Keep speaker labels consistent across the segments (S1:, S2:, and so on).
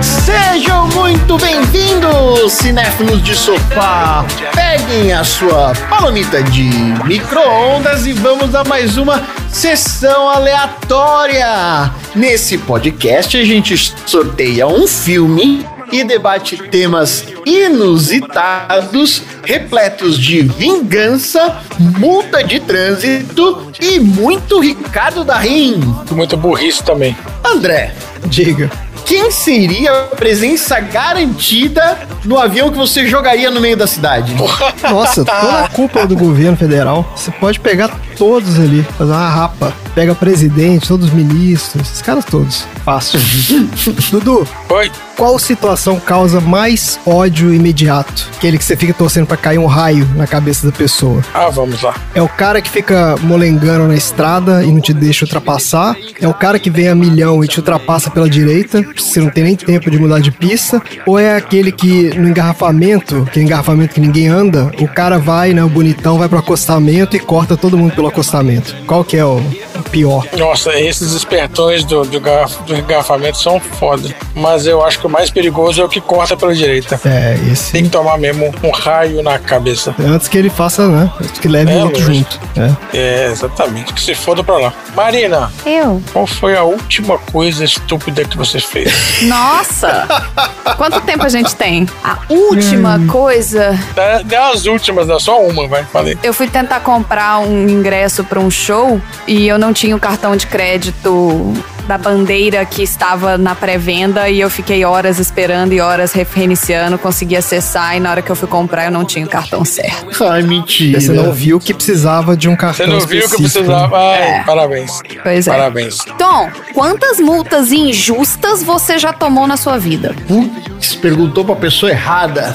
S1: Sejam muito bem-vindos, cinéfilos de sofá. Peguem a sua palomita de micro-ondas e vamos a mais uma sessão aleatória. Nesse podcast, a gente sorteia um filme e debate temas inusitados, repletos de vingança, multa de trânsito e muito Ricardo da Rim.
S2: Muito burrice também.
S1: André,
S3: Diga.
S1: quem seria a presença garantida no avião que você jogaria no meio da cidade?
S3: Nossa, toda a culpa do governo federal. Você pode pegar todos ali, fazer uma rapa. Pega presidente, todos os ministros, esses caras todos. Fácil. Dudu,
S2: Oi?
S3: qual situação causa mais ódio imediato? Aquele que você fica torcendo pra cair um raio na cabeça da pessoa.
S2: Ah, vamos lá.
S3: É o cara que fica molengando na estrada e não te deixa ultrapassar. É o cara que vem a milhão e te ultrapassa pela direita, você não tem nem tempo de mudar de pista. Ou é aquele que no engarrafamento, que é engarrafamento que ninguém anda, o cara vai, né, o bonitão vai pro acostamento e corta todo mundo pelo acostamento. Qual que é o o pior?
S2: Nossa, esses espertões do, do, garraf- do engarrafamento são foda. Mas eu acho que o mais perigoso é o que corta pela direita.
S3: É,
S2: Tem
S3: esse.
S2: que tomar mesmo um raio na cabeça.
S3: Antes que ele faça, né? Antes que leve
S2: É,
S3: o outro
S2: lógico.
S3: junto. É.
S2: É, exatamente. Que se foda pra lá. Marina,
S4: Eu?
S2: qual foi a última coisa estúpida que você fez?
S4: Nossa! Quanto tempo a gente tem? A última coisa,
S2: Da- Das últimas, dá só uma, vai. Falei.
S4: eu fui tentar comprar um ingresso pra um show e eu não tinha o cartão de crédito da bandeira que estava na pré-venda e eu fiquei horas esperando e horas re- reiniciando, consegui acessar e na hora que eu fui comprar eu não tinha o cartão certo.
S1: Ai, mentira.
S3: Você
S2: é
S3: não viu que precisava de um
S2: Você
S3: cartão
S2: não viu que
S3: específico, né?
S2: precisava. Ai, parabéns.
S4: Pois é.
S2: Parabéns.
S4: Tom, quantas multas injustas você já tomou na sua vida?
S1: Putz, perguntou pra pessoa errada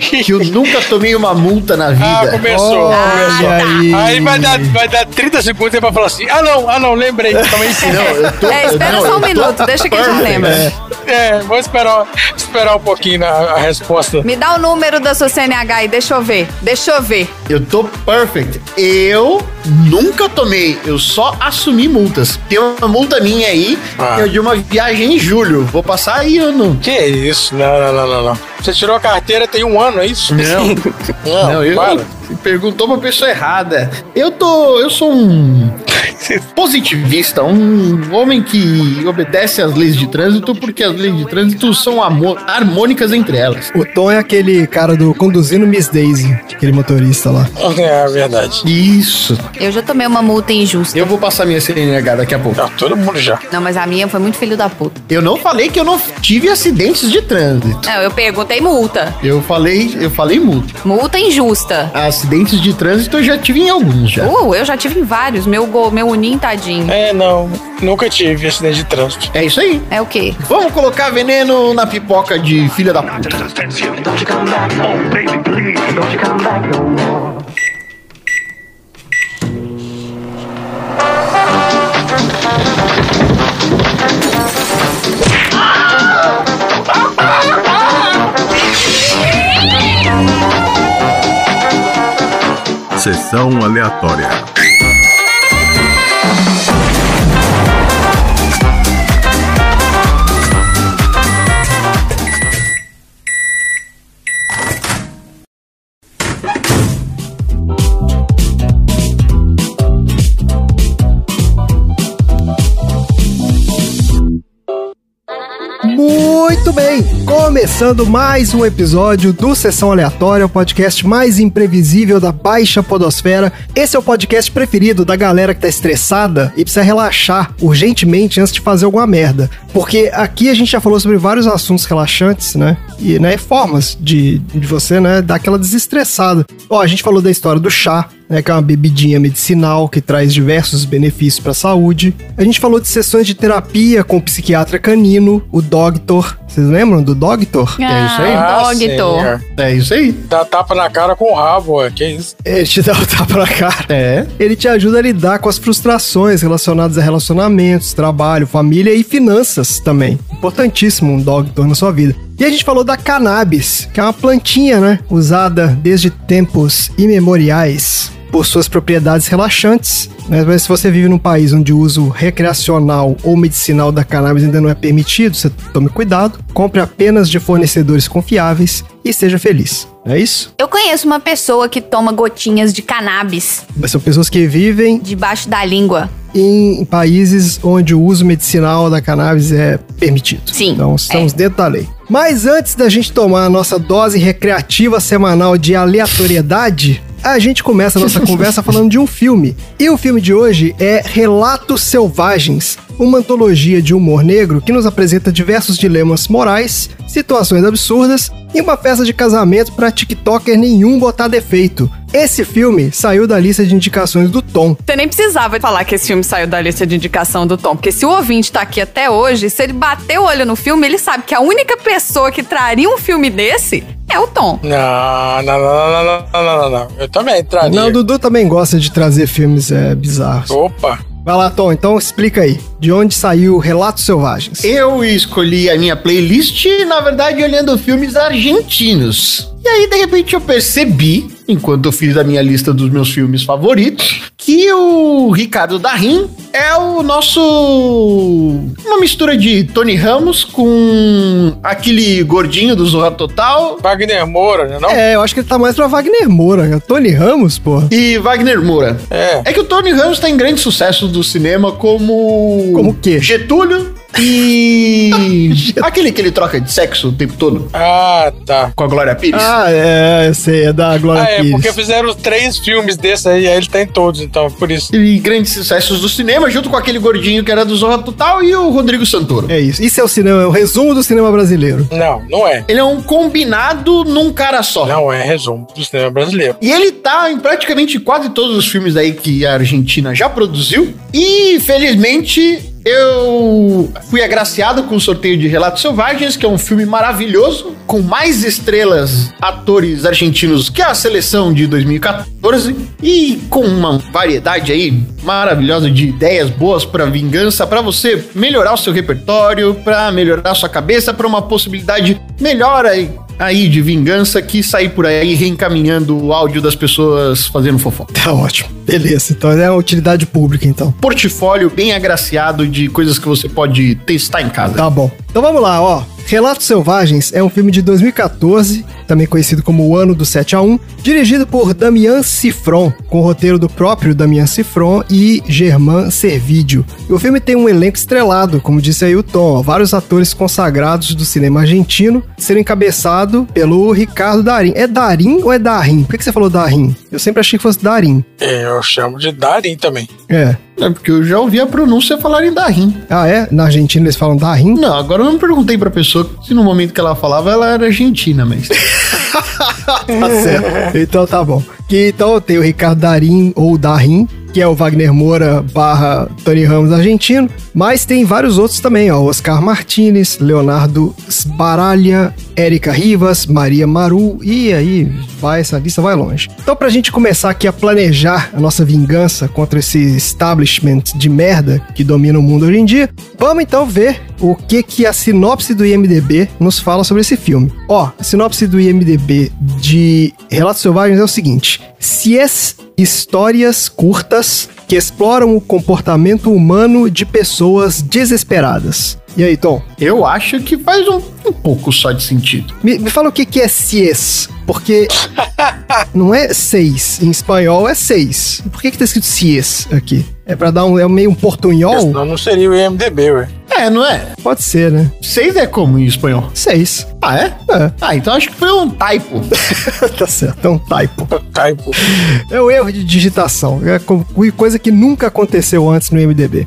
S1: que eu nunca tomei uma multa na
S2: Ah,
S1: vida.
S2: começou, começou.
S3: Olha aí.
S2: Aí vai dar, vai dar 30 segundos aí pra falar assim: ah, não, ah, não, lembrei. Também sim.
S1: Não, eu tô-
S4: É, espera
S1: não,
S4: só um
S1: eu tô-
S4: minuto, deixa que a gente lembra.
S2: É, vou esperar, esperar um pouquinho na, a resposta.
S4: Me dá o número da sua CNH e deixa eu ver. Deixa eu ver.
S1: Eu tô perfect. Eu nunca tomei, eu só assumi multas. Tem uma multa minha aí,
S2: Ah.
S1: que é de uma viagem em julho. Vou passar aí ou não?
S2: Que isso? Não, não, não, não, não. Você tirou a carteira tem um ano, é isso?
S1: Não.
S2: Não,
S1: eu
S2: para.
S1: perguntou pra pessoa errada. Eu tô. Eu sou um positivista, um homem que obedece às leis de trânsito, porque as leis de trânsito são amo- harmônicas entre elas.
S3: O Tom é aquele cara do Conduzindo Miss Daisy, aquele motorista lá.
S2: É verdade.
S1: Isso.
S4: Eu já tomei uma multa injusta.
S1: Eu vou passar minha CNH daqui a pouco.
S2: Tá, todo mundo já.
S4: Não, mas a minha foi muito filho da puta.
S1: Eu não falei que eu não tive acidentes de trânsito.
S4: Não, eu perguntei multa.
S1: Eu falei, eu falei multa.
S4: Multa injusta.
S1: Acidentes de trânsito eu já tive em alguns já.
S4: Uh, eu já tive em vários. Meu gol, meu uninho, tadinho.
S2: É, não. Nunca tive acidente de trânsito.
S1: É isso aí.
S4: É o quê?
S1: Vamos colocar veneno na pipoca de filha da puta.
S5: Don't you come back, oh baby, please. Don't you come back no more.
S6: Sessão aleatória.
S3: Muito bem, começando mais um episódio do Sessão Aleatória, o podcast mais imprevisível da baixa podosfera. Esse é o podcast preferido da galera que tá estressada e precisa relaxar urgentemente antes de fazer alguma merda. Porque aqui a gente já falou sobre vários assuntos relaxantes, né? E né, formas de, de você, né, dar aquela desestressada. Ó, a gente falou da história do chá, né, que é uma bebidinha medicinal que traz diversos benefícios para a saúde. A gente falou de sessões de terapia com o psiquiatra canino, o Doctor. Vocês lembram do Doctor?
S1: É isso aí.
S4: Ah, Dogtor.
S2: senhor.
S1: É isso aí.
S2: Dá tapa na cara com o rabo, ué. que isso?
S3: Ele te dá o tapa na cara.
S1: É.
S3: Ele te ajuda a lidar com as frustrações relacionadas a relacionamentos, trabalho, família e finanças também. Importantíssimo um Doctor na sua vida. E a gente falou da cannabis, que é uma plantinha, né? Usada desde tempos imemoriais por suas propriedades relaxantes. né? Mas se você vive num país onde o uso recreacional ou medicinal da cannabis ainda não é permitido, você tome cuidado, compre apenas de fornecedores confiáveis e seja feliz. É isso?
S4: Eu conheço uma pessoa que toma gotinhas de cannabis
S3: Mas são pessoas que vivem
S4: debaixo da língua.
S3: em países onde o uso medicinal da cannabis é permitido.
S4: Sim,
S3: Então estamos dentro da lei. Mas antes da gente tomar a nossa dose recreativa semanal de aleatoriedade, a gente começa a nossa conversa falando de um filme. E o filme de hoje é Relatos Selvagens, uma antologia de humor negro que nos apresenta diversos dilemas morais, situações absurdas e uma festa de casamento pra TikToker nenhum botar defeito. Esse filme saiu da lista de indicações do Tom,
S7: Você nem precisava falar que esse filme saiu da lista de indicação do Tom, porque se o ouvinte tá aqui até hoje, se ele bater o olho no filme, ele sabe que a única pessoa que traria um filme desse é o Tom.
S2: Não, não, não, não, não, não, não, não. Eu também entraria.
S3: Não, o Dudu também gosta de trazer filmes é, bizarros.
S2: Opa,
S3: Vai lá, Tom, então explica aí. De onde saiu Relatos Selvagens?
S1: Eu escolhi a minha playlist, na verdade, olhando filmes argentinos. E aí, de repente, eu percebi, enquanto eu fiz a minha lista dos meus filmes favoritos, que o Ricardo Darim é o nosso. Uma mistura de Tony Ramos com aquele gordinho do Zorra Total
S2: Wagner Moura, né, não?
S3: É, eu acho que ele tá mais pra Wagner Moura. né? Tony Ramos, pô.
S1: e Wagner Moura.
S2: É.
S1: É que o Tony Ramos tá em grande sucesso do cinema como.
S3: Como o quê?
S1: Getúlio e. aquele que ele troca de sexo o tempo todo
S2: Ah, tá.
S1: com a Glória Pires.
S3: Ah, é, eu sei, é da Glória
S2: Ah, é,
S3: Pires.
S2: porque fizeram três filmes desses aí, aí ele tá em todos, então, por isso.
S1: E grandes sucessos do cinema, junto com aquele gordinho que era do Zorra Total e o Rodrigo Santoro.
S3: É isso. Isso é o cinema, é o resumo do cinema brasileiro.
S2: Não, não é.
S1: Ele é um combinado num cara só.
S2: Não é resumo do cinema brasileiro.
S1: E ele tá em praticamente quase todos os filmes aí que a Argentina já produziu. E, felizmente, eu fui agraciado com o sorteio de Relatos Selvagens, que é um filme maravilhoso, com mais estrelas, atores argentinos que a seleção de 2014. E com uma variedade aí maravilhosa de ideias boas pra vingança, pra você melhorar o seu repertório, pra melhorar a sua cabeça, pra uma possibilidade melhor aí aí de vingança que sair por aí reencaminhando o áudio das pessoas fazendo fofoca.
S3: Tá ótimo. Beleza, então é uma utilidade pública, então.
S1: Portfólio bem agraciado de coisas que você pode testar em casa.
S3: Tá bom. Então vamos lá, ó. Relatos Selvagens é um filme de 2014, também conhecido como O Ano do 7 a 1, dirigido por Damian Cifron, com o roteiro do próprio Damian Cifron e Germán Servídio. E o filme tem um elenco estrelado, como disse aí o Tom, ó, vários atores consagrados do cinema argentino, sendo encabeçado pelo Ricardo Darim. É Darim ou é Darim? Por que que você falou Darim? Eu sempre achei que fosse Darim.
S2: É, Eu chamo de Darim também.
S3: É.
S1: É porque eu já ouvi a pronúncia falarem da rim.
S3: Ah, é? Na Argentina eles falam Darim?
S1: Não, agora eu não perguntei pra pessoa se no momento que ela falava ela era argentina, mas.
S3: Tá certo. Então tá bom. Que, então tem o Ricardo Darim ou Darim, que é o Wagner Moura barra Tony Ramos argentino, mas tem vários outros também, ó. Oscar Martinez, Leonardo Sbaraglia, Érica Rivas, Maria Maru, e aí vai, essa lista vai longe. Então pra gente começar aqui a planejar a nossa vingança contra esse establishment de merda que domina o mundo hoje em dia, vamos então ver o que que a sinopse do IMDB nos fala sobre esse filme. Ó, a sinopse do IMDB de Relatos Selvagens é o seguinte: se as histórias curtas que exploram o comportamento humano de pessoas desesperadas. E aí, Tom,
S1: Eu acho que faz um, um pouco só de sentido.
S3: me, me fala o que que é CIES, porque não é seis, em espanhol é seis. Por que que tá escrito CIES aqui? É pra dar um, é meio um portunhol?
S2: Senão não seria o IMDB, ué.
S1: É, não é?
S3: Pode ser, né?
S1: Seis é como em espanhol.
S3: Seis.
S1: Ah, é?
S3: É.
S1: Ah, então acho que foi um typo.
S3: tá certo, é um typo.
S2: Taipo.
S3: É um erro de digitação. É co- coisa que nunca aconteceu antes no MDB.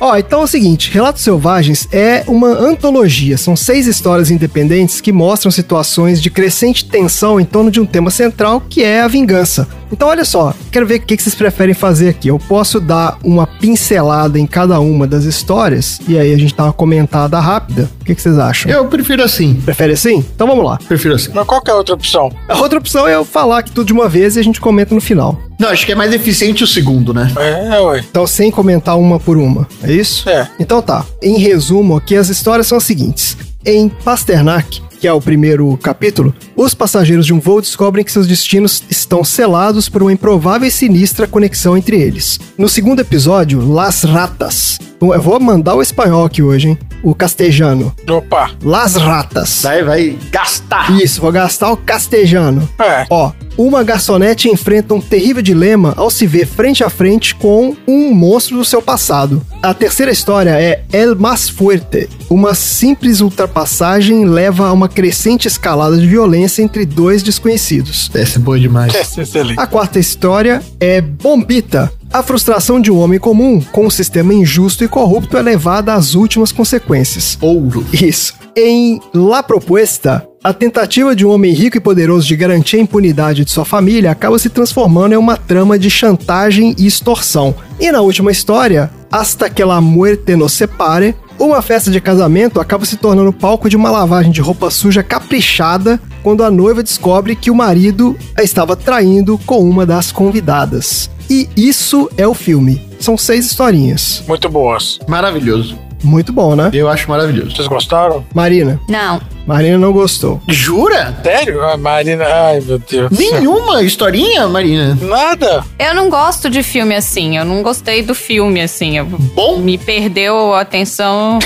S3: Ó, então é o seguinte: Relatos Selvagens é uma antologia. São seis histórias independentes que mostram situações de crescente tensão em torno de um tema central que é a vingança. Então, olha só, quero ver o que que vocês preferem fazer aqui. Eu posso dar uma pincelada em cada uma das histórias e aí a gente dá uma comentada rápida. O que que vocês acham?
S1: Eu prefiro assim.
S3: Prefere assim? Então vamos lá.
S1: Prefiro assim.
S2: Mas qual que é a outra opção?
S3: A outra opção é eu falar aqui tudo de uma vez e a gente comenta no final.
S1: Não, acho que é mais eficiente o segundo, né?
S2: É, ué.
S3: Então, sem comentar uma por uma, é isso?
S2: É.
S3: Então tá. Em resumo, aqui as histórias são as seguintes. Em Pasternak, que é o primeiro capítulo, os passageiros de um voo descobrem que seus destinos estão selados por uma improvável e sinistra conexão entre eles. No segundo episódio, Las Ratas. Eu vou mandar o espanhol aqui hoje, hein? O castejano.
S2: Opa.
S3: Las Ratas.
S1: Daí vai gastar.
S3: Isso, vou gastar o castejano.
S2: É.
S3: Ó, uma garçonete enfrenta um terrível dilema ao se ver frente a frente com um monstro do seu passado. A terceira história é El Más Fuerte. Uma simples ultrapassagem leva a uma crescente escalada de violência entre dois desconhecidos.
S1: Essa é boa demais.
S2: Essa é excelente.
S3: A quarta história é Bombita. A frustração de um homem comum com um sistema injusto e corrupto é levada às últimas consequências.
S1: Ouro.
S3: Isso. Em La Proposta, a tentativa de um homem rico e poderoso de garantir a impunidade de sua família acaba se transformando em uma trama de chantagem e extorsão. E na última história, Hasta que la muerte nos separe, uma festa de casamento acaba se tornando palco de uma lavagem de roupa suja caprichada quando a noiva descobre que o marido a estava traindo com uma das convidadas. E isso é o filme. São seis historinhas.
S2: Muito boas.
S1: Maravilhoso.
S3: Muito bom, né?
S1: Eu acho maravilhoso.
S2: Vocês gostaram?
S3: Marina.
S4: Não.
S3: Marina não gostou.
S1: Jura?
S2: Sério? A Marina. Ai, meu Deus. do céu.
S1: Nenhuma historinha, Marina?
S2: Nada.
S7: Eu não gosto de filme assim, eu não gostei do filme assim. eu-
S1: Bom?
S7: Me perdeu a atenção.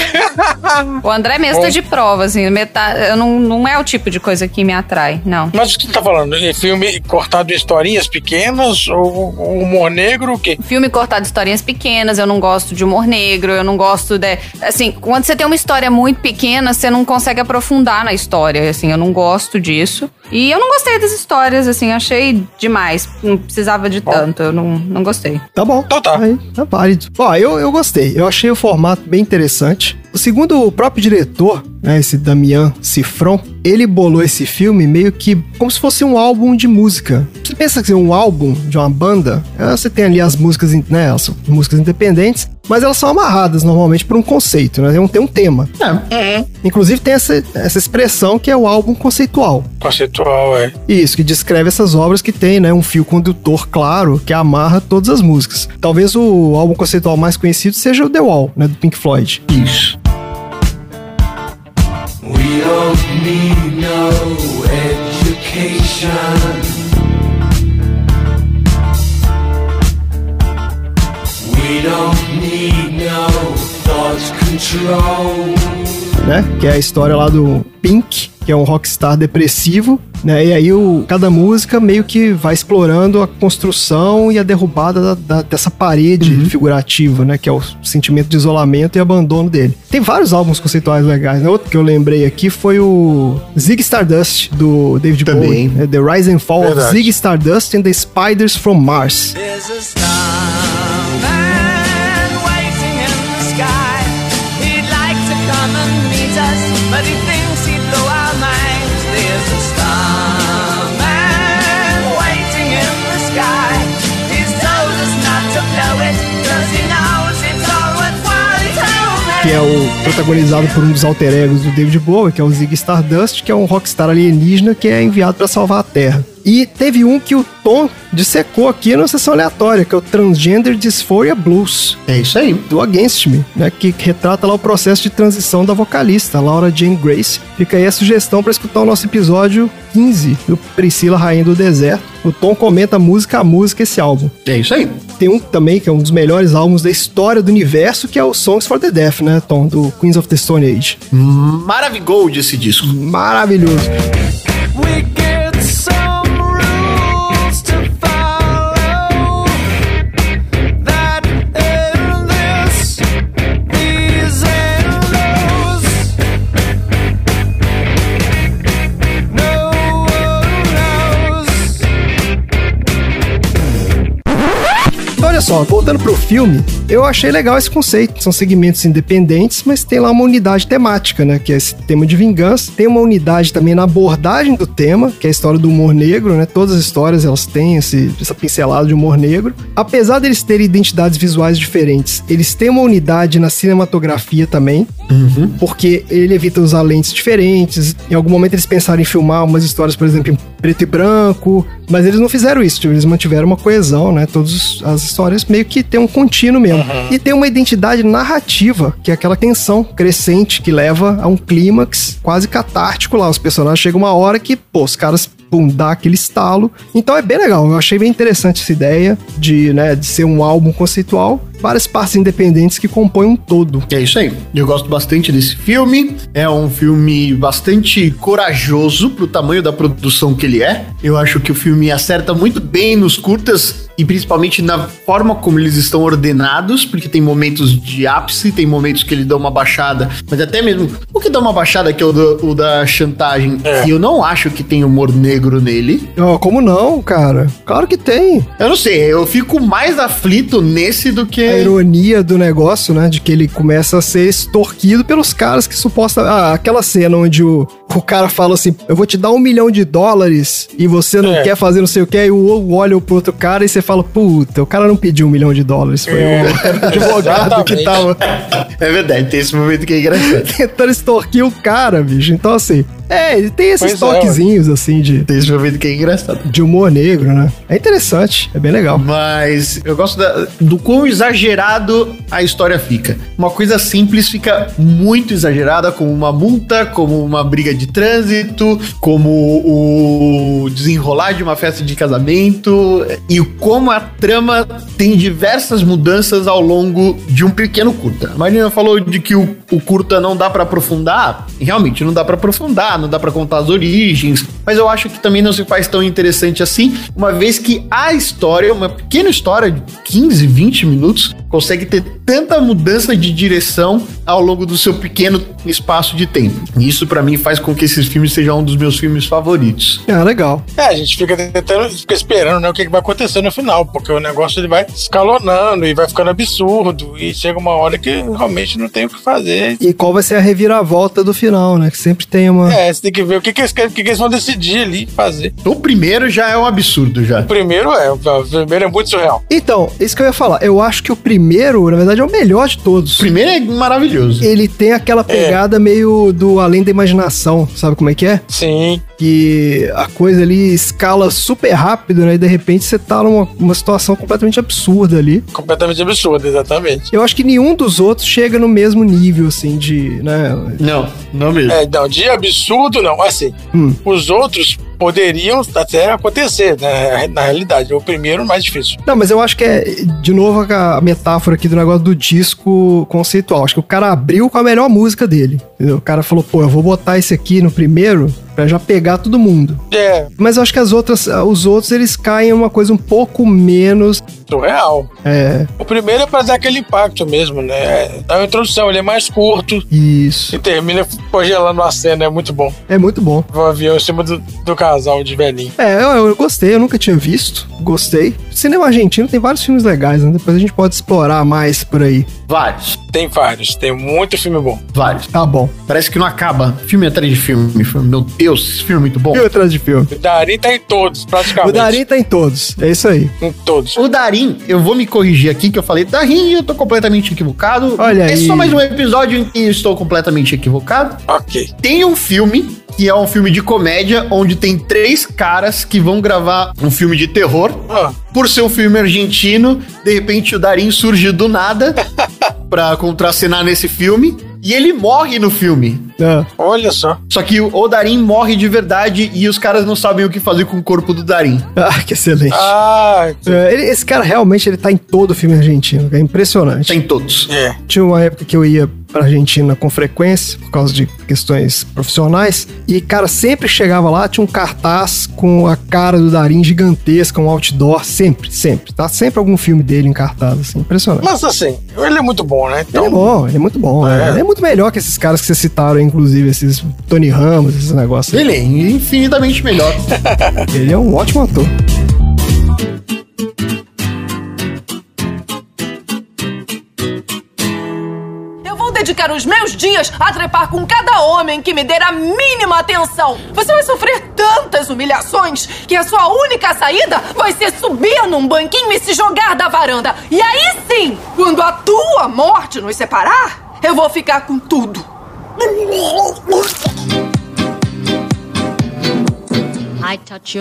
S7: o André mesmo tá de prova, assim. Metade, eu não, não é o tipo de coisa que me atrai, não.
S2: Mas o que você tá falando? É Filme cortado em historinhas pequenas? Ou humor negro? O quê?
S7: Um Filme cortado de historinhas pequenas, eu não gosto de humor negro, eu não gosto de. Assim, quando você tem uma história muito pequena, você não consegue aprofundar na história, assim, eu não gosto disso. E eu não gostei das histórias, assim, eu achei demais. Não precisava de tanto, eu não, não gostei.
S3: Tá bom.
S2: Então tá.
S3: Aí, tá válido. Ó, eu, eu gostei. Eu achei o formato bem interessante. Segundo o próprio diretor, né, esse Damian Cifron, ele bolou esse filme meio que como se fosse um álbum de música. Você pensa que um álbum de uma banda, eh, você tem ali as músicas, in- né, as músicas independentes, mas elas são amarradas normalmente por um conceito, né? Tem um- Tem um tema.
S1: É.
S3: Inclusive tem essa, essa expressão que é o álbum conceitual.
S2: Conceitual, é.
S3: Isso, que descreve essas obras que tem, né, um fio condutor claro que amarra todas as músicas. Talvez o álbum conceitual mais conhecido seja o The Wall, né, do Pink Floyd.
S1: Isso.
S8: We don't need no education. We don't need no thought control.
S3: né? Que é a história lá do Pink, que é um rockstar depressivo, né? E aí o, cada música meio que vai explorando a construção e a derrubada da- da- dessa parede figurativa, né? Que é o sentimento de isolamento e abandono dele. Tem vários álbuns conceituais legais, né? Outro que eu lembrei aqui foi o Zig Stardust, do David
S1: Também.
S3: Bowie. né? The Rise and Fall of
S2: Verdade.
S3: Zig Stardust and the Spiders from Mars.
S8: There's a starman waiting in the sky. He'd like to come and meet us, but he thinks he'd blow our minds. There's a starman waiting in the sky. He's told us not to blow it, cause he knows it's all worthwhile. He told me.
S3: que é o protagonizado por um dos alter egos do David Bowie, que é o Zig Stardust, que é um rockstar alienígena que é enviado pra salvar a Terra. E teve um que o Tom dissecou aqui na sessão aleatória, que é o Transgender Dysphoria Blues,
S1: É isso aí.
S3: do Against Me, né, que retrata lá o processo de transição da vocalista, Laura Jane Grace. Fica aí a sugestão pra escutar o nosso episódio 15 do Priscila Rainha do Deserto. O Tom comenta música a música esse álbum.
S1: É isso aí.
S3: Tem um também que é um dos melhores álbuns da história do universo, que é o Songs for the Deaf, né, Tom? Do Queens of the Stone Age.
S1: Maravigold esse disco.
S3: Maravilhoso.
S8: We get some rules to follow. That and this, these and those. No one knows.
S3: Então, olha só, voltando pro filme, eu achei legal esse conceito. São segmentos independentes, mas tem lá uma unidade temática, né? Que é esse tema de vingança. Tem uma unidade também na abordagem do tema, que é a história do humor negro, né? Todas as histórias elas têm esse- essa pincelada de humor negro. Apesar deles terem identidades visuais diferentes, eles têm uma unidade na cinematografia também. porque ele evita usar lentes diferentes. Em algum momento eles pensaram em filmar umas histórias, por exemplo, em preto e branco, Mas eles não fizeram isso, tipo, eles mantiveram uma coesão, né? Todas as histórias meio que tem um contínuo mesmo. E tem uma identidade narrativa, que é aquela tensão crescente que leva a um clímax quase catártico lá. Os personagens chegam uma hora que, pô, os caras pum, dá aquele estalo. Então é bem legal, eu achei bem interessante essa ideia de, né, de ser um álbum conceitual, várias partes independentes que compõem um todo.
S1: É isso aí. Eu gosto bastante desse filme. É um filme bastante corajoso pro tamanho da produção que ele é. Eu acho que o filme acerta muito bem nos curtas e principalmente na forma como eles estão ordenados, porque tem momentos de ápice, tem momentos que ele dá uma baixada, mas até mesmo o que dá uma baixada que é o, do- o da chantagem.
S2: É.
S1: E eu não acho que tem humor negro nele.
S3: Ó, como não, cara? Claro que tem.
S1: Eu não sei, eu fico mais aflito nesse do que.
S3: a ironia do negócio, né? De que ele começa a ser extorquido pelos caras que suposta. Ah, aquela cena onde o, o cara fala assim: eu vou te dar um milhão de dólares e você não
S2: É.
S3: quer fazer não sei o que, aí o outro olha pro outro cara e você fala: puta, o cara não pediu um milhão de dólares, foi
S2: É,
S3: o advogado que tá
S2: exatamente.
S3: tava
S1: É verdade, tem esse momento que é engraçado.
S3: tentando extorquir o cara, bicho. Então, assim, é, ele tem esses
S2: Pois é, ué.
S3: toquezinhos, assim, de,
S1: Tem esse momento que é engraçado.
S3: de humor negro, né? É interessante, é bem legal.
S1: Mas eu gosto da- do quão exagerado a história fica. Uma coisa simples fica muito exagerada, como uma multa, como uma briga de trânsito, como o desenrolar de uma festa de casamento e como a trama tem diversas mudanças ao longo de um pequeno curta. A Marina falou de que o, o curta não dá pra aprofundar. Realmente, não dá pra aprofundar, não dá pra contar as origens, mas eu acho que também não se faz tão interessante assim, uma vez que a história, uma pequena história de 15, 20 minutos, consegue ter tanta mudança de direção ao longo do seu pequeno espaço de tempo. E isso pra mim faz com que esses filmes sejam um dos meus filmes favoritos.
S3: Ah, legal.
S2: É, a gente fica tentando, fica esperando né, o que, que vai acontecer no final, porque o negócio ele vai escalonando e vai ficando absurdo. E chega uma hora que realmente não tem o que fazer.
S3: E qual vai ser a reviravolta do final, né? Que sempre tem uma.
S2: É, você tem que ver o que, que, eles, querem- o que, que eles vão decidir ali fazer.
S1: O primeiro já é um absurdo já.
S2: O primeiro é, o primeiro é muito surreal.
S3: Então, isso que eu ia falar. Eu acho que o primeiro, na verdade, é o melhor de
S1: O
S3: todos.
S1: primeiro é maravilhoso.
S3: Ele tem aquela pegada meio do além da imaginação, sabe como é que é?
S2: Sim,
S3: Que a coisa ali escala super rápido, né? E de repente você tá numa uma situação completamente absurda ali.
S2: completamente absurdo, exatamente.
S3: Eu acho que nenhum dos outros chega no mesmo nível, assim, de. né?
S1: Não, não mesmo.
S2: É, não, de absurdo não, assim.
S3: Hum.
S2: Os outros poderiam até acontecer, né, na realidade. O primeiro mais difícil.
S3: Não, mas eu acho que é, de novo, a metáfora aqui do negócio do disco conceitual. Acho que o cara abriu com a melhor música dele. entendeu? O cara falou, pô, eu vou botar esse aqui no primeiro pra já pegar todo mundo.
S2: É,
S3: Mas eu acho que as outras, ah, os outros eles caem em uma coisa um pouco menos.
S2: surreal.
S3: É,
S2: O primeiro é pra dar aquele impacto mesmo, né? Dá uma introdução, ele é mais curto
S3: isso.
S2: e termina congelando a cena, é muito bom.
S3: É muito bom.
S2: O avião em cima do, do casal de velhinho.
S3: É, eu, eu gostei, eu nunca tinha visto. Gostei. Cinema argentino tem vários filmes legais, né? Depois a gente pode explorar mais por aí.
S1: Vários,
S2: Tem vários, tem muito filme bom.
S1: vários.
S3: Tá bom.
S1: Parece que não acaba. Filme é atrás de filme. filme. Meu Deus, esse filme é muito bom.
S3: Filme atrás de filme.
S2: O Darim tá em todos,
S3: O
S2: praticamente.
S3: Darim tá em todos. É isso aí.
S2: Em todos.
S1: O Darim, eu vou me corrigir aqui que eu falei Darim e eu tô completamente equivocado.
S3: Olha
S1: é
S3: aí.
S1: só mais um episódio em que eu estou completamente equivocado.
S2: Ok.
S1: Tem um filme que é um filme de comédia onde tem três caras que vão gravar um filme de terror.
S2: Ah,
S1: Por ser um filme argentino, de repente o Darim surge do nada pra contracenar nesse filme e ele morre no filme.
S3: Ah,
S2: olha só.
S1: Só que o o Darim morre de verdade e os caras não sabem o que fazer com o corpo do Darim.
S3: Ah, que excelente.
S2: Ah,
S3: É, ele- esse cara realmente ele tá em todo filme argentino. É impressionante.
S1: Tem todos.
S2: é.
S3: Tinha uma época que eu ia pra Argentina com frequência, por causa de questões profissionais, e, cara, sempre chegava lá, tinha um cartaz com a cara do Darim gigantesca, um outdoor, sempre, sempre. Tá sempre algum filme dele em cartaz, assim, impressionante.
S2: Mas assim, ele é muito bom, né?
S3: Ele é
S2: Então,
S3: bom, ele é muito bom. né?
S2: É.
S3: Ele é muito melhor que esses caras que vocês citaram, aí, inclusive, esses Tony Ramos, esses negócios.
S1: Ele é infinitamente melhor.
S3: Ele é um ótimo ator.
S9: Eu vou dedicar os meus dias a trepar com cada homem que me der a mínima atenção. Você vai sofrer tantas humilhações que a sua única saída vai ser subir num banquinho e se jogar da varanda. E aí sim, quando a tua morte nos separar, eu vou ficar com tudo.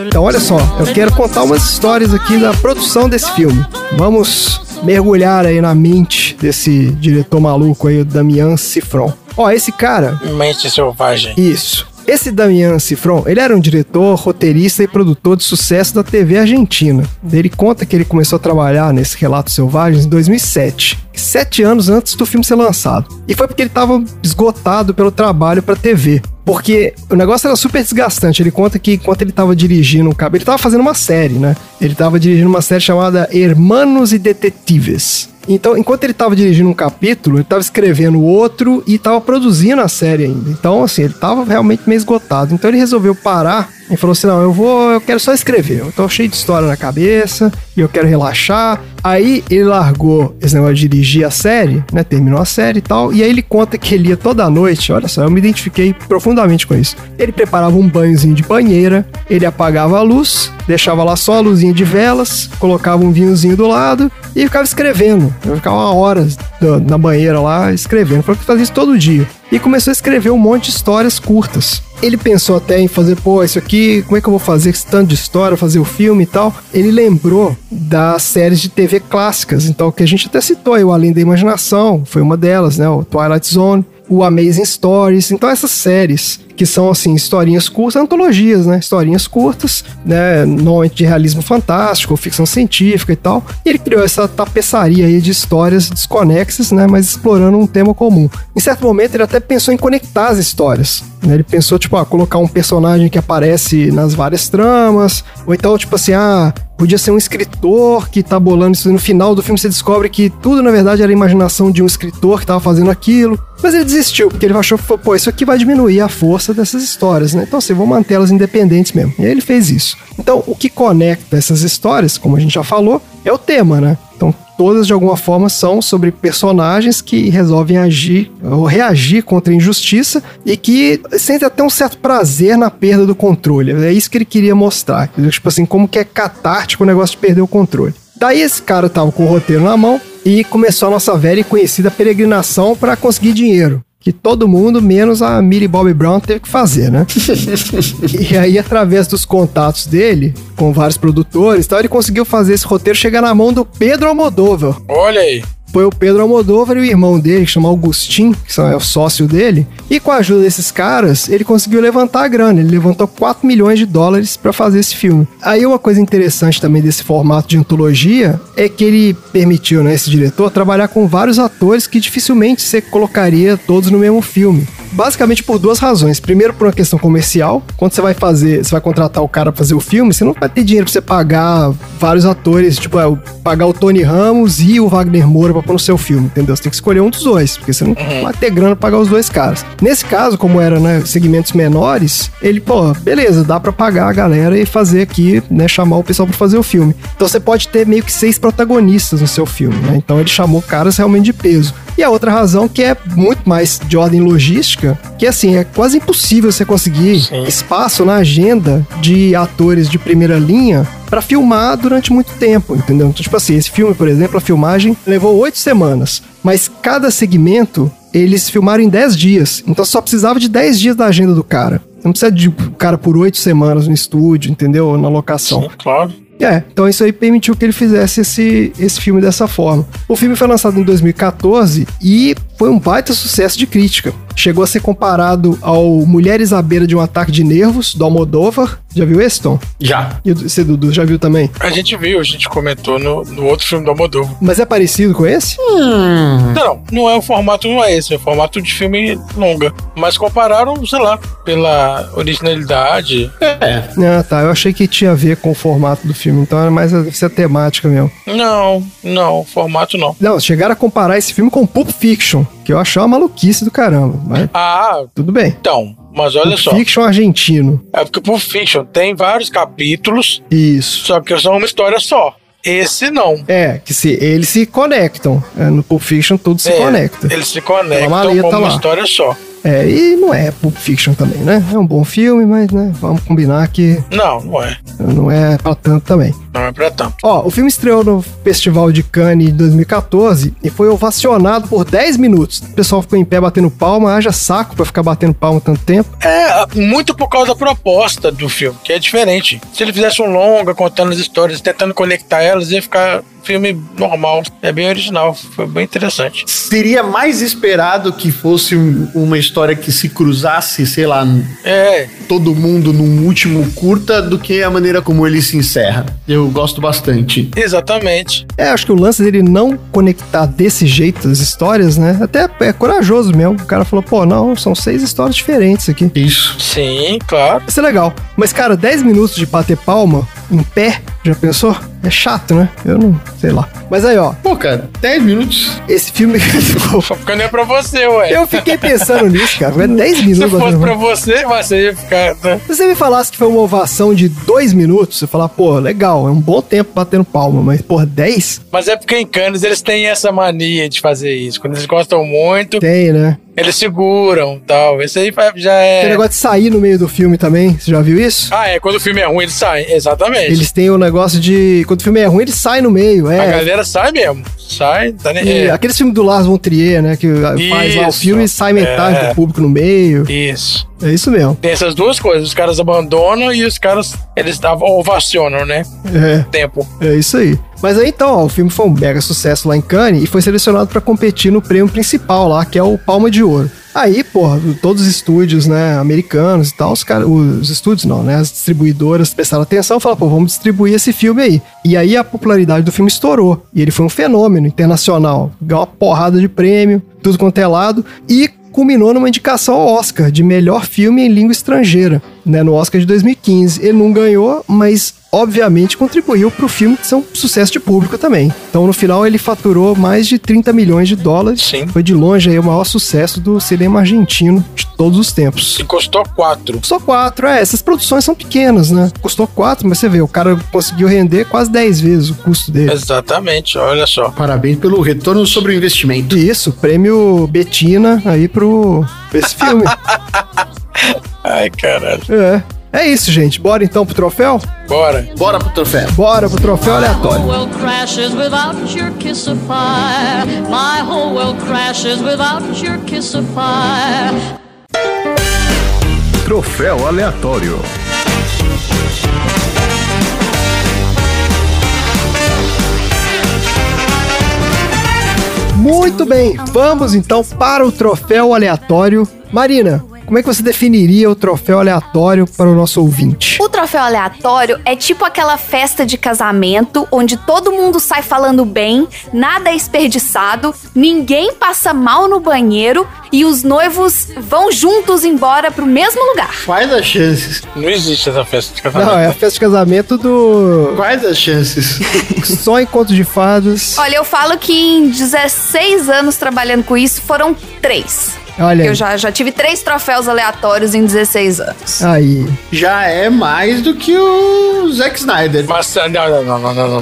S3: Então, olha só, eu quero contar umas histórias aqui da produção desse filme. Vamos mergulhar aí na mente desse diretor maluco aí, o Damian Cifron. Ó, esse cara,
S2: Mente selvagem.
S3: isso. Esse Damian Cifron, ele era um diretor, roteirista e produtor de sucesso da TV argentina. Ele conta que ele começou a trabalhar nesse Relato Selvagens em 2007, sete anos antes do filme ser lançado. E foi porque ele estava esgotado pelo trabalho para TV. Porque o negócio era super desgastante. Ele conta que enquanto ele estava dirigindo um cabelo, ele estava fazendo uma série, né? Ele estava dirigindo uma série chamada Hermanos e Detetives. Então, enquanto ele estava dirigindo um capítulo, ele estava escrevendo outro e estava produzindo a série ainda. Então, assim, ele estava realmente meio esgotado. Então, ele resolveu parar e falou assim: Não, eu vou, eu quero só escrever. Eu tô cheio de história na cabeça e eu quero relaxar. Aí, ele largou esse negócio de dirigir a série, né? Terminou a série e tal. E aí, ele conta que ele ia toda noite. Olha só, eu me identifiquei profundamente com isso. Ele preparava um banhozinho de banheira, ele apagava a luz, deixava lá só a luzinha de velas, colocava um vinhozinho do lado e ficava escrevendo. Eu ficava horas da- na banheira lá escrevendo. Falou que fazia isso todo dia. E começou a escrever um monte de histórias curtas. Ele pensou até em fazer, pô, isso aqui, como é que eu vou fazer esse tanto de história, fazer o filme e tal. Ele lembrou das séries de TV clássicas, então que a gente até citou aí, o Além da Imaginação, foi uma delas, né? O Twilight Zone, o Amazing Stories. Então essas séries que são assim historinhas curtas, antologias, né? Historinhas curtas, né? Normalmente de realismo fantástico, ficção científica e tal. E ele criou essa tapeçaria aí de histórias desconexas, né? Mas explorando um tema comum. Em certo momento ele até pensou em conectar as histórias. né? Ele pensou tipo, ah, colocar um personagem que aparece nas várias tramas, ou então tipo assim, ah, Podia ser um escritor que tá bolando isso. No final do filme você descobre que tudo, na verdade, era a imaginação de um escritor que tava fazendo aquilo. Mas ele desistiu, porque ele achou que, pô, isso aqui vai diminuir a força dessas histórias, né? Então, assim, vou manter elas independentes mesmo. E aí ele fez isso. Então, o que conecta essas histórias, como a gente já falou, é o tema, né? Então, todas de alguma forma são sobre personagens que resolvem agir ou reagir contra a injustiça e que sentem até um certo prazer na perda do controle. É isso que ele queria mostrar. entendeu? Tipo assim, como que é catártico o negócio de perder o controle. Daí esse cara tava com o roteiro na mão e começou a nossa velha e conhecida peregrinação para conseguir dinheiro. Que todo mundo, menos a Millie Bobby Brown, teve que fazer, né? E aí, através dos contatos dele, com vários produtores e tal, ele conseguiu fazer esse roteiro chegar na mão do Pedro Almodóvar.
S2: Olha aí.
S3: Foi o Pedro Almodóvar e o irmão dele, que chama Agustin, que são, é o sócio dele. E com a ajuda desses caras, ele conseguiu levantar a grana. Ele levantou 4 milhões de dólares pra fazer esse filme. Aí uma coisa interessante também desse formato de antologia é que ele permitiu, né, esse diretor, trabalhar com vários atores que dificilmente você colocaria todos no mesmo filme. Basicamente por duas razões. Primeiro, por uma questão comercial. Quando você vai fazer, você vai contratar o cara pra fazer o filme, você não vai ter dinheiro pra você pagar vários atores, tipo, é, o- pagar o Tony Ramos e o Wagner Moura pra pôr no seu filme, entendeu? Você tem que escolher um dos dois, porque você não vai ter grana pra pagar os dois caras. Nesse caso, como era, né, segmentos menores, ele, pô, beleza, dá pra pagar a galera e fazer aqui, né, chamar o pessoal pra fazer o filme. Então você pode ter meio que seis protagonistas no seu filme, né? Então ele chamou caras realmente de peso. E a outra razão que é muito mais de ordem logística, que assim, é quase impossível você conseguir
S2: Sim.
S3: espaço na agenda de atores de primeira linha pra filmar durante muito tempo, entendeu? Então, tipo assim, esse filme, por exemplo, a filmagem levou oito semanas, mas cada segmento eles filmaram em 10 dias. Então só precisava de 10 dias da agenda do cara. Não precisa de o cara por oito semanas no estúdio, entendeu? Ou Na locação.
S2: Sim, claro.
S3: É, então isso aí permitiu que ele fizesse esse, esse filme dessa forma. O filme foi lançado em 2014 e foi um baita sucesso de crítica. Chegou a ser comparado ao Mulheres à Beira de um Ataque de Nervos, do Almodóvar. Já viu esse, Tom?
S1: Já.
S3: E o do- você, Dudu, já viu também?
S2: A gente viu, a gente comentou no, no outro filme do Almodóvar.
S3: Mas é parecido com esse?
S2: Não, não é o formato, não é esse, é o formato de filme longa. Mas compararam, sei lá, pela originalidade.
S1: É.
S3: Ah, tá. Eu achei que tinha a ver com o formato do filme, então era mais a, essa temática mesmo.
S2: Não, não, formato não.
S3: Não, chegaram a comparar esse filme com Pulp Fiction, que eu achei uma maluquice do caramba, mas
S2: Ah,
S3: tudo bem.
S2: então, mas olha
S3: Pulp
S2: só.
S3: Fiction argentino.
S2: É porque Pulp Fiction tem vários capítulos,
S3: Isso.
S2: só que são uma história só. Esse não.
S3: É, que se eles se conectam. É, no Pulp Fiction tudo se
S2: É,
S3: conecta.
S2: Eles se
S3: Pela
S2: conectam
S3: maleta
S2: como uma
S3: lá.
S2: história só.
S3: É, e não é Pulp Fiction também, né? É um bom filme, mas, né, vamos combinar que
S2: Não, não é.
S3: não é pra tanto também.
S2: Não é pra tanto.
S3: Ó, o filme estreou no Festival de Cannes de 2014 e foi ovacionado por 10 minutos. O pessoal ficou em pé batendo palma, haja saco pra ficar batendo palma tanto tempo.
S2: É, muito por causa da proposta do filme, que é diferente. Se ele fizesse um longa contando as histórias, tentando conectar elas, ia ficar um filme normal. É bem original, foi bem interessante.
S1: Seria mais esperado que fosse um- uma história que se cruzasse, sei lá,
S2: É,
S1: todo mundo num último curta do que a maneira como ele se encerra. Eu gosto bastante.
S2: exatamente.
S3: É, acho que o lance dele não conectar desse jeito as histórias, né? Até é corajoso mesmo. O cara falou, pô, não, são seis histórias diferentes aqui.
S1: Isso.
S2: Sim, claro.
S3: Vai ser legal. Mas, cara, 10 minutos de bater palma em pé, já pensou? É chato, né? Eu não sei lá. Mas aí, ó,
S1: Pô, cara, 10 minutos.
S3: esse filme.
S2: Só porque não é pra você, ué.
S3: Eu fiquei pensando nisso, cara. É 10
S2: Se
S3: minutos.
S2: fosse
S3: batendo
S2: pra
S3: palma.
S2: você, você ia ficar. né?
S3: Se você me falasse que foi uma ovação de 2 minutos, você falar, pô, legal, é um bom tempo batendo palma, mas, pô, 10?
S2: Mas é porque em Cannes eles têm essa mania de fazer isso. Quando eles gostam muito,
S3: Tem, né?
S2: eles seguram tal. Esse aí já
S3: Tem
S2: é.
S3: negócio de sair no meio do filme também, você já viu isso?
S2: Ah, é. Quando o filme é ruim, eles saem. Exatamente.
S3: Eles têm o negócio de. Quando o filme é ruim, eles saem no meio,
S2: A
S3: é.
S2: galera sai mesmo. Sai, tá nem.
S3: E
S2: é.
S3: aqueles filmes do Lars von Trier, né? Que faz lá o
S2: Isso.
S3: filme e sai metade
S2: É.
S3: do público no meio.
S2: Isso.
S3: É isso mesmo.
S2: Tem essas duas coisas. Os caras abandonam e os caras, eles av- ovacionam, né?
S3: É,
S2: Tempo.
S3: é isso aí. Mas aí então, ó, o filme foi um mega sucesso lá em Cannes e foi selecionado pra competir no prêmio principal lá, que é o Palma de Ouro. Aí, porra, todos os estúdios, né, americanos e tal, os caras, os estúdios não, né, as distribuidoras prestaram atenção e falaram, pô, vamos distribuir esse filme aí. E aí a popularidade do filme estourou. E ele foi um fenômeno internacional. Ganhou uma porrada de prêmio, tudo quanto é lado. E culminou numa indicação ao Oscar de melhor filme em língua estrangeira, né, no Oscar de 2015. Ele não ganhou, mas obviamente contribuiu para o filme ser um sucesso de público também. Então no final ele faturou mais de 30 milhões de dólares.
S2: Sim.
S3: Foi de longe aí o maior sucesso do cinema argentino de todos os tempos.
S2: E custou quatro.
S3: Só quatro, é, essas produções são pequenas, né? Custou quatro, mas você vê, o cara conseguiu render quase 10 vezes o custo dele.
S2: Exatamente, olha só.
S1: Parabéns pelo retorno sobre o investimento.
S3: E isso, prêmio Betina aí pro pra esse filme.
S2: Ai, caralho.
S3: é. É isso, gente. Bora então pro troféu?
S2: Bora.
S1: Bora pro troféu.
S3: Bora pro troféu
S10: My
S3: aleatório.
S10: whole world crashes without your kiss of fire. My whole world crashes without your kiss of fire.
S11: Troféu aleatório.
S3: Muito bem, vamos então para o troféu aleatório. Marina, como é que você definiria o troféu aleatório para o nosso ouvinte?
S4: O troféu aleatório é tipo aquela festa de casamento onde todo mundo sai falando bem, nada é desperdiçado, ninguém passa mal no banheiro e os noivos vão juntos embora pro mesmo lugar.
S1: Quais as chances?
S2: Não existe essa festa de
S3: Não,
S2: casamento.
S3: é a festa de casamento do
S1: Quais as chances?
S3: Só Encontro de Fadas.
S4: Olha, eu falo que em 16 anos trabalhando com isso foram três.
S3: Olha
S4: Eu já, já tive três troféus aleatórios em 16 anos.
S3: aí.
S1: Já é mais do que o Zack Snyder.
S2: Mas, não, não, não, não, não, não.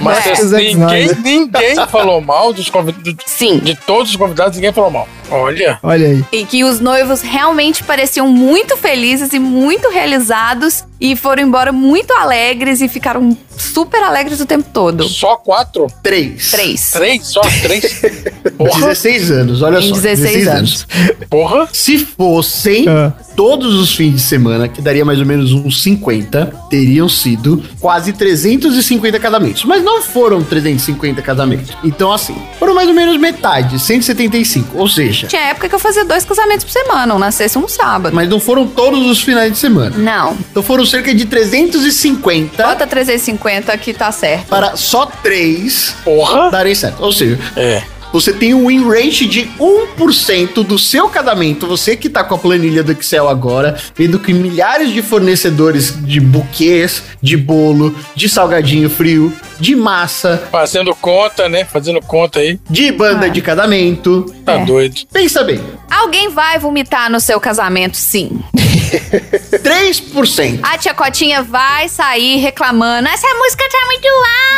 S2: Mas
S3: É.
S2: assim,
S3: Zack
S2: ninguém,
S3: Snyder.
S2: ninguém falou mal dos convidados.
S4: Sim.
S2: De todos os convidados, ninguém falou mal. Olha.
S3: Olha aí.
S4: E que os noivos realmente pareciam muito felizes e muito realizados e foram embora muito alegres e ficaram super alegres o tempo todo.
S2: Só quatro?
S1: Três.
S4: Três.
S2: Três? Só três? Porra,
S1: 16 anos, olha
S4: Em
S1: só.
S4: 16 anos.
S2: porra.
S1: Se fossem
S3: Ah.
S1: todos os fins de semana, que daria mais ou menos uns 50, teriam sido quase 350 casamentos. Mas não foram 350 casamentos. Então, assim, foram mais ou menos metade, 175. Ou seja,
S4: Tinha época que eu fazia dois casamentos por semana, um na sexta e um no sábado.
S1: mas não foram todos os finais de semana.
S4: Não.
S1: Então foram cerca de 350
S4: Bota 350 que tá certo.
S1: para só três
S2: Porra.
S1: darem certo. Ou seja,
S2: É.
S1: Você tem um win rate de 1% do seu casamento. Você que tá com a planilha do Excel agora, vendo que milhares de fornecedores de buquês, de bolo, de salgadinho frio, de massa,
S2: Fazendo conta, né? Fazendo conta aí.
S1: de banda de casamento.
S2: Tá
S4: É.
S2: doido.
S1: Pensa bem,
S4: Alguém vai vomitar no seu casamento, sim.
S1: 3%.
S4: A tia Cotinha vai sair reclamando. Essa música tá muito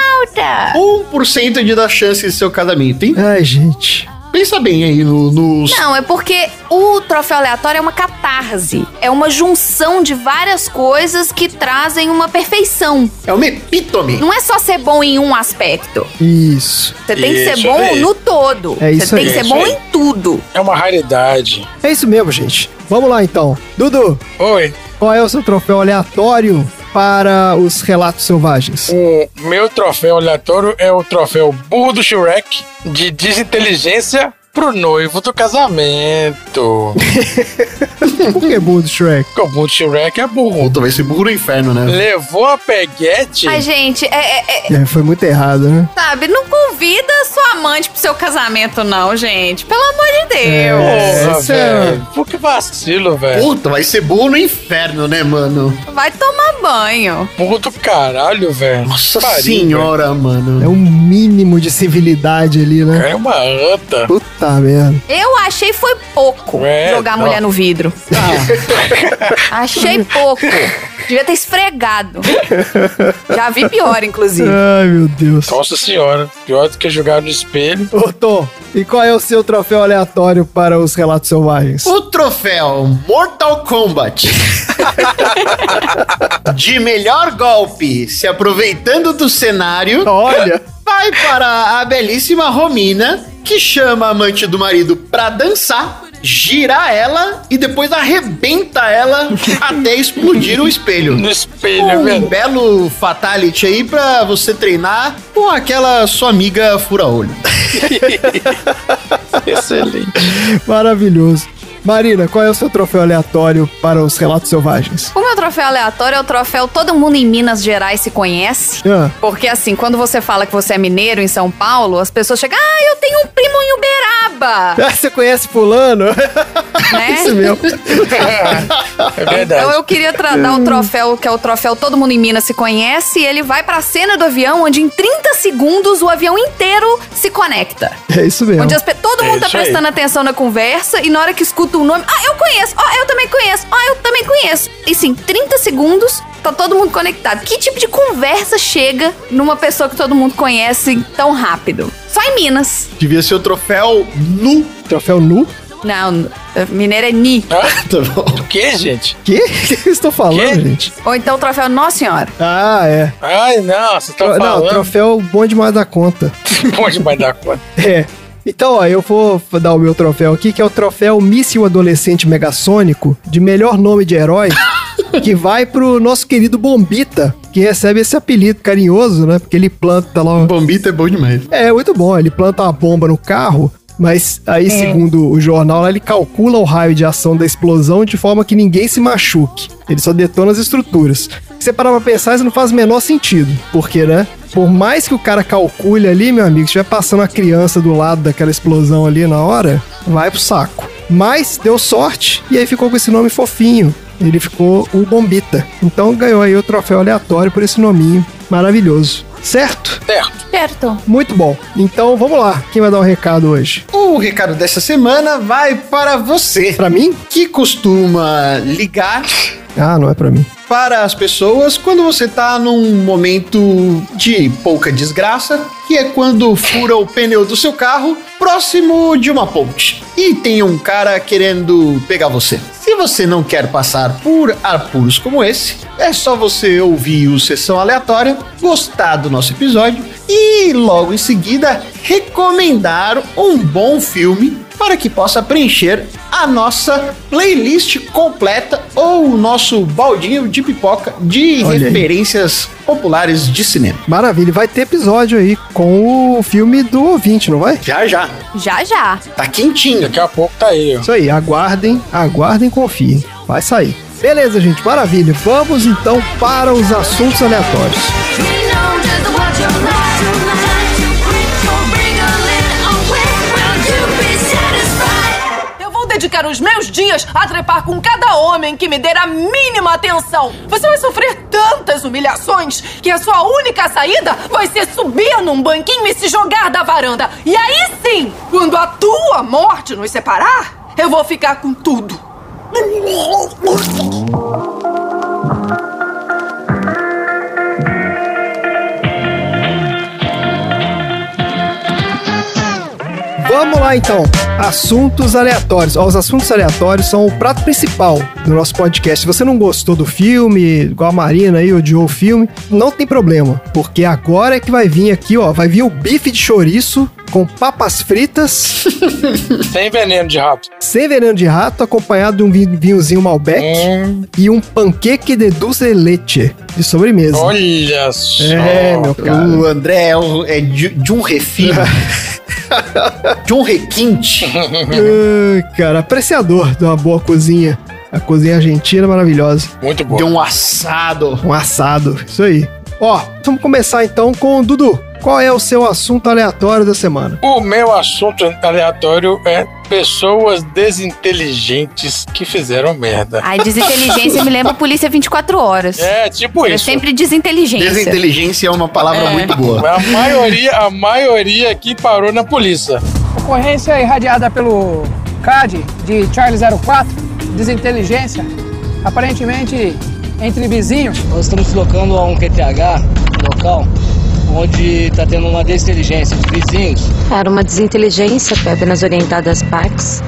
S4: alta.
S1: 1% de dar chance de seu casamento, hein?
S3: Ai, gente.
S1: Pensa bem aí no- nos.
S4: Não, é porque o troféu aleatório é uma catarse. É uma junção de várias coisas que trazem uma perfeição.
S1: É uma epítome.
S4: Não é só ser bom em um aspecto.
S3: Isso.
S4: Você tem que ser
S2: Isso
S4: bom
S2: aí.
S4: no todo.
S3: É isso
S4: Você tem
S3: aí.
S4: que ser
S2: Isso
S4: bom
S2: aí.
S4: em tudo.
S2: É uma raridade.
S3: É isso mesmo, gente. Vamos lá então. Dudu,
S2: Oi.
S3: qual é o seu troféu aleatório para os relatos selvagens?
S2: O meu troféu aleatório é o troféu burro do Shrek de desinteligência pro noivo do casamento.
S3: Por que burro do Shrek?
S2: Porque o burro do Shrek é burro.
S1: Ou talvez se burro no inferno, né?
S2: Levou a peguete?
S4: Ai, gente, é- é- é-
S3: É, foi muito errado, né?
S7: Sabe, não convida sua amante pro seu casamento, não, gente. Pelo amor de Deus.
S2: Porra,
S3: Esse é-
S2: velho. Pô, que vacilo, velho.
S1: Puta, vai ser burro no inferno, né, mano?
S7: Vai tomar banho.
S2: Burro do caralho, velho.
S1: Nossa
S2: Que pariu,
S1: senhora, mano.
S3: É um mínimo de civilidade ali,
S2: velho.
S3: né?
S2: É uma anta.
S3: Puta merda.
S4: eu achei foi pouco
S2: É,
S4: jogar a
S2: não. Ah.
S4: mulher no vidro. achei pouco. Devia ter esfregado.
S7: Já vi pior, inclusive.
S3: Ai, meu Deus.
S2: Nossa senhora. Pior do que jogar no espelho.
S3: Ô, Tom, e qual é o seu troféu aleatório para os relatos selvagens?
S1: O troféu Mortal Kombat de melhor golpe, se aproveitando do cenário,
S3: Olha,
S1: vai para a belíssima Romina, que chama a amante do marido pra dançar, gira ela e depois arrebenta ela até explodir o espelho.
S2: No espelho, é
S1: Um
S2: velho.
S1: belo fatality aí pra você treinar com aquela sua amiga fura-olho.
S2: Excelente.
S3: maravilhoso. Marina, qual é o seu troféu aleatório para os relatos selvagens?
S4: O meu troféu aleatório é o troféu Todo Mundo em Minas Gerais se conhece.
S3: Ah,
S4: Porque assim, quando você fala que você é mineiro em São Paulo, as pessoas chegam, ah, eu tenho um primo em Uberaba,
S3: ah, você conhece fulano? É Isso
S4: né?
S3: mesmo.
S2: é
S4: Então
S2: verdade.
S4: eu queria tra- dar
S3: Hum.
S4: o troféu, que é o troféu Todo Mundo em Minas se conhece, e ele vai pra cena do avião, onde em 30 segundos o avião inteiro se conecta.
S3: É isso mesmo.
S4: Onde as pe- todo
S2: É
S4: mundo tá
S2: isso aí.
S4: prestando atenção na conversa e na hora que escuta o nome, ah, eu conheço, ah, eu também conheço, ah, eu também conheço. E sim, 30 segundos, tá todo mundo conectado. Que tipo de conversa chega numa pessoa que todo mundo conhece tão rápido? Só em Minas.
S1: Devia ser o troféu nu.
S3: Troféu nu?
S4: Não, Mineiro é Ni.
S2: Hã?
S1: Tá bom.
S2: O que, Ah, gente?
S3: Que? O que eu estou falando,
S2: Que?
S3: gente?
S4: Ou então o troféu Nossa Senhora.
S3: Ah, é.
S2: Ai, não, vocês estão
S3: Tro- não,
S2: falando.
S3: troféu bom demais da conta.
S2: Pode mais dar conta.
S3: É. Então, ó, eu vou dar o meu troféu aqui, que é o troféu Míssil Adolescente Megassônico, de melhor nome de herói, que vai pro nosso querido Bombita, que recebe esse apelido carinhoso, né? Porque ele planta lá.
S1: Bombita é bom demais.
S3: É, muito bom, ele planta uma bomba no carro. Mas aí, segundo o jornal, lá, ele calcula o raio de ação da explosão de forma que ninguém se machuque. Ele só detona as estruturas. Se você parar pra pensar, isso não faz o menor sentido. Porque, né? Por mais que o cara calcule ali, meu amigo, se estiver passando a criança do lado daquela explosão ali na hora, vai pro saco. Mas deu sorte e aí ficou com esse nome fofinho. Ele ficou o Bombita. Então ganhou aí o troféu aleatório por esse nominho maravilhoso. Certo?
S2: Certo.
S4: Certo.
S3: Muito bom. Então vamos lá. Quem vai dar o recado hoje?
S1: O recado dessa semana vai para você
S3: Pra mim?
S1: que costuma ligar
S3: Ah, não é pra mim.
S1: para as pessoas quando você tá num momento de pouca desgraça, que é quando fura o pneu do seu carro próximo de uma ponte e tem um cara querendo pegar você. Se você não quer passar por apuros como esse, é só você ouvir o Sessão Aleatória, gostar do nosso episódio e logo em seguida recomendar um bom filme para que possa preencher a nossa playlist completa ou o nosso baldinho de pipoca de
S3: Olha aí.
S1: referências populares de cinema.
S3: Maravilha. E Vai ter episódio aí com o filme do ouvinte, não vai?
S1: Já já,
S4: Já, já.
S1: tá quentinho.
S2: Daqui a pouco tá aí, ó.
S3: Isso aí. Aguardem, aguardem, confiem. Vai sair. Beleza, gente. Maravilha. Vamos então para os assuntos aleatórios.
S9: Eu vou dedicar os meus dias a trepar com cada homem que me der a mínima atenção. Você vai sofrer tantas humilhações que a sua única saída vai ser subir num banquinho e se jogar da varanda. E aí sim, quando a tua morte nos separar, eu vou ficar com tudo.
S3: Vamos lá então. Assuntos aleatórios. Ó, os assuntos aleatórios são o prato principal do nosso podcast. Se você não gostou do filme, igual a Marina aí, odiou o filme, não tem problema. Porque agora é que vai vir aqui, ó. Vai vir o bife de chouriço com papas fritas,
S2: Sem veneno de rato.
S3: sem veneno de rato, acompanhado de um vin- vinhozinho Malbec
S2: Hum,
S3: e um panqueque de dulce leite de sobremesa.
S2: olha só.
S3: é, meu cara.
S1: O André é, um- é de, de um refino. de um requinte.
S3: Ai, cara, apreciador de uma boa cozinha. A cozinha argentina é maravilhosa.
S2: Muito bom.
S1: De um assado.
S3: Um assado, isso aí. Ó, vamos começar então com o Dudu. Qual é o seu assunto aleatório da semana?
S2: O meu assunto aleatório é pessoas desinteligentes que fizeram merda.
S4: Ai, desinteligência me lembra Polícia 24 Horas.
S2: É, tipo
S4: É
S2: isso.
S4: sempre desinteligência.
S1: Desinteligência é uma palavra muito boa.
S2: A maioria, a maioria aqui parou na polícia.
S8: Ocorrência irradiada pelo CAD de Charlie 04, desinteligência, aparentemente entre vizinhos.
S11: Nós estamos deslocando a um QTH local onde está tendo uma desinteligência de vizinhos.
S10: Era uma desinteligência, foi apenas orientada às partes.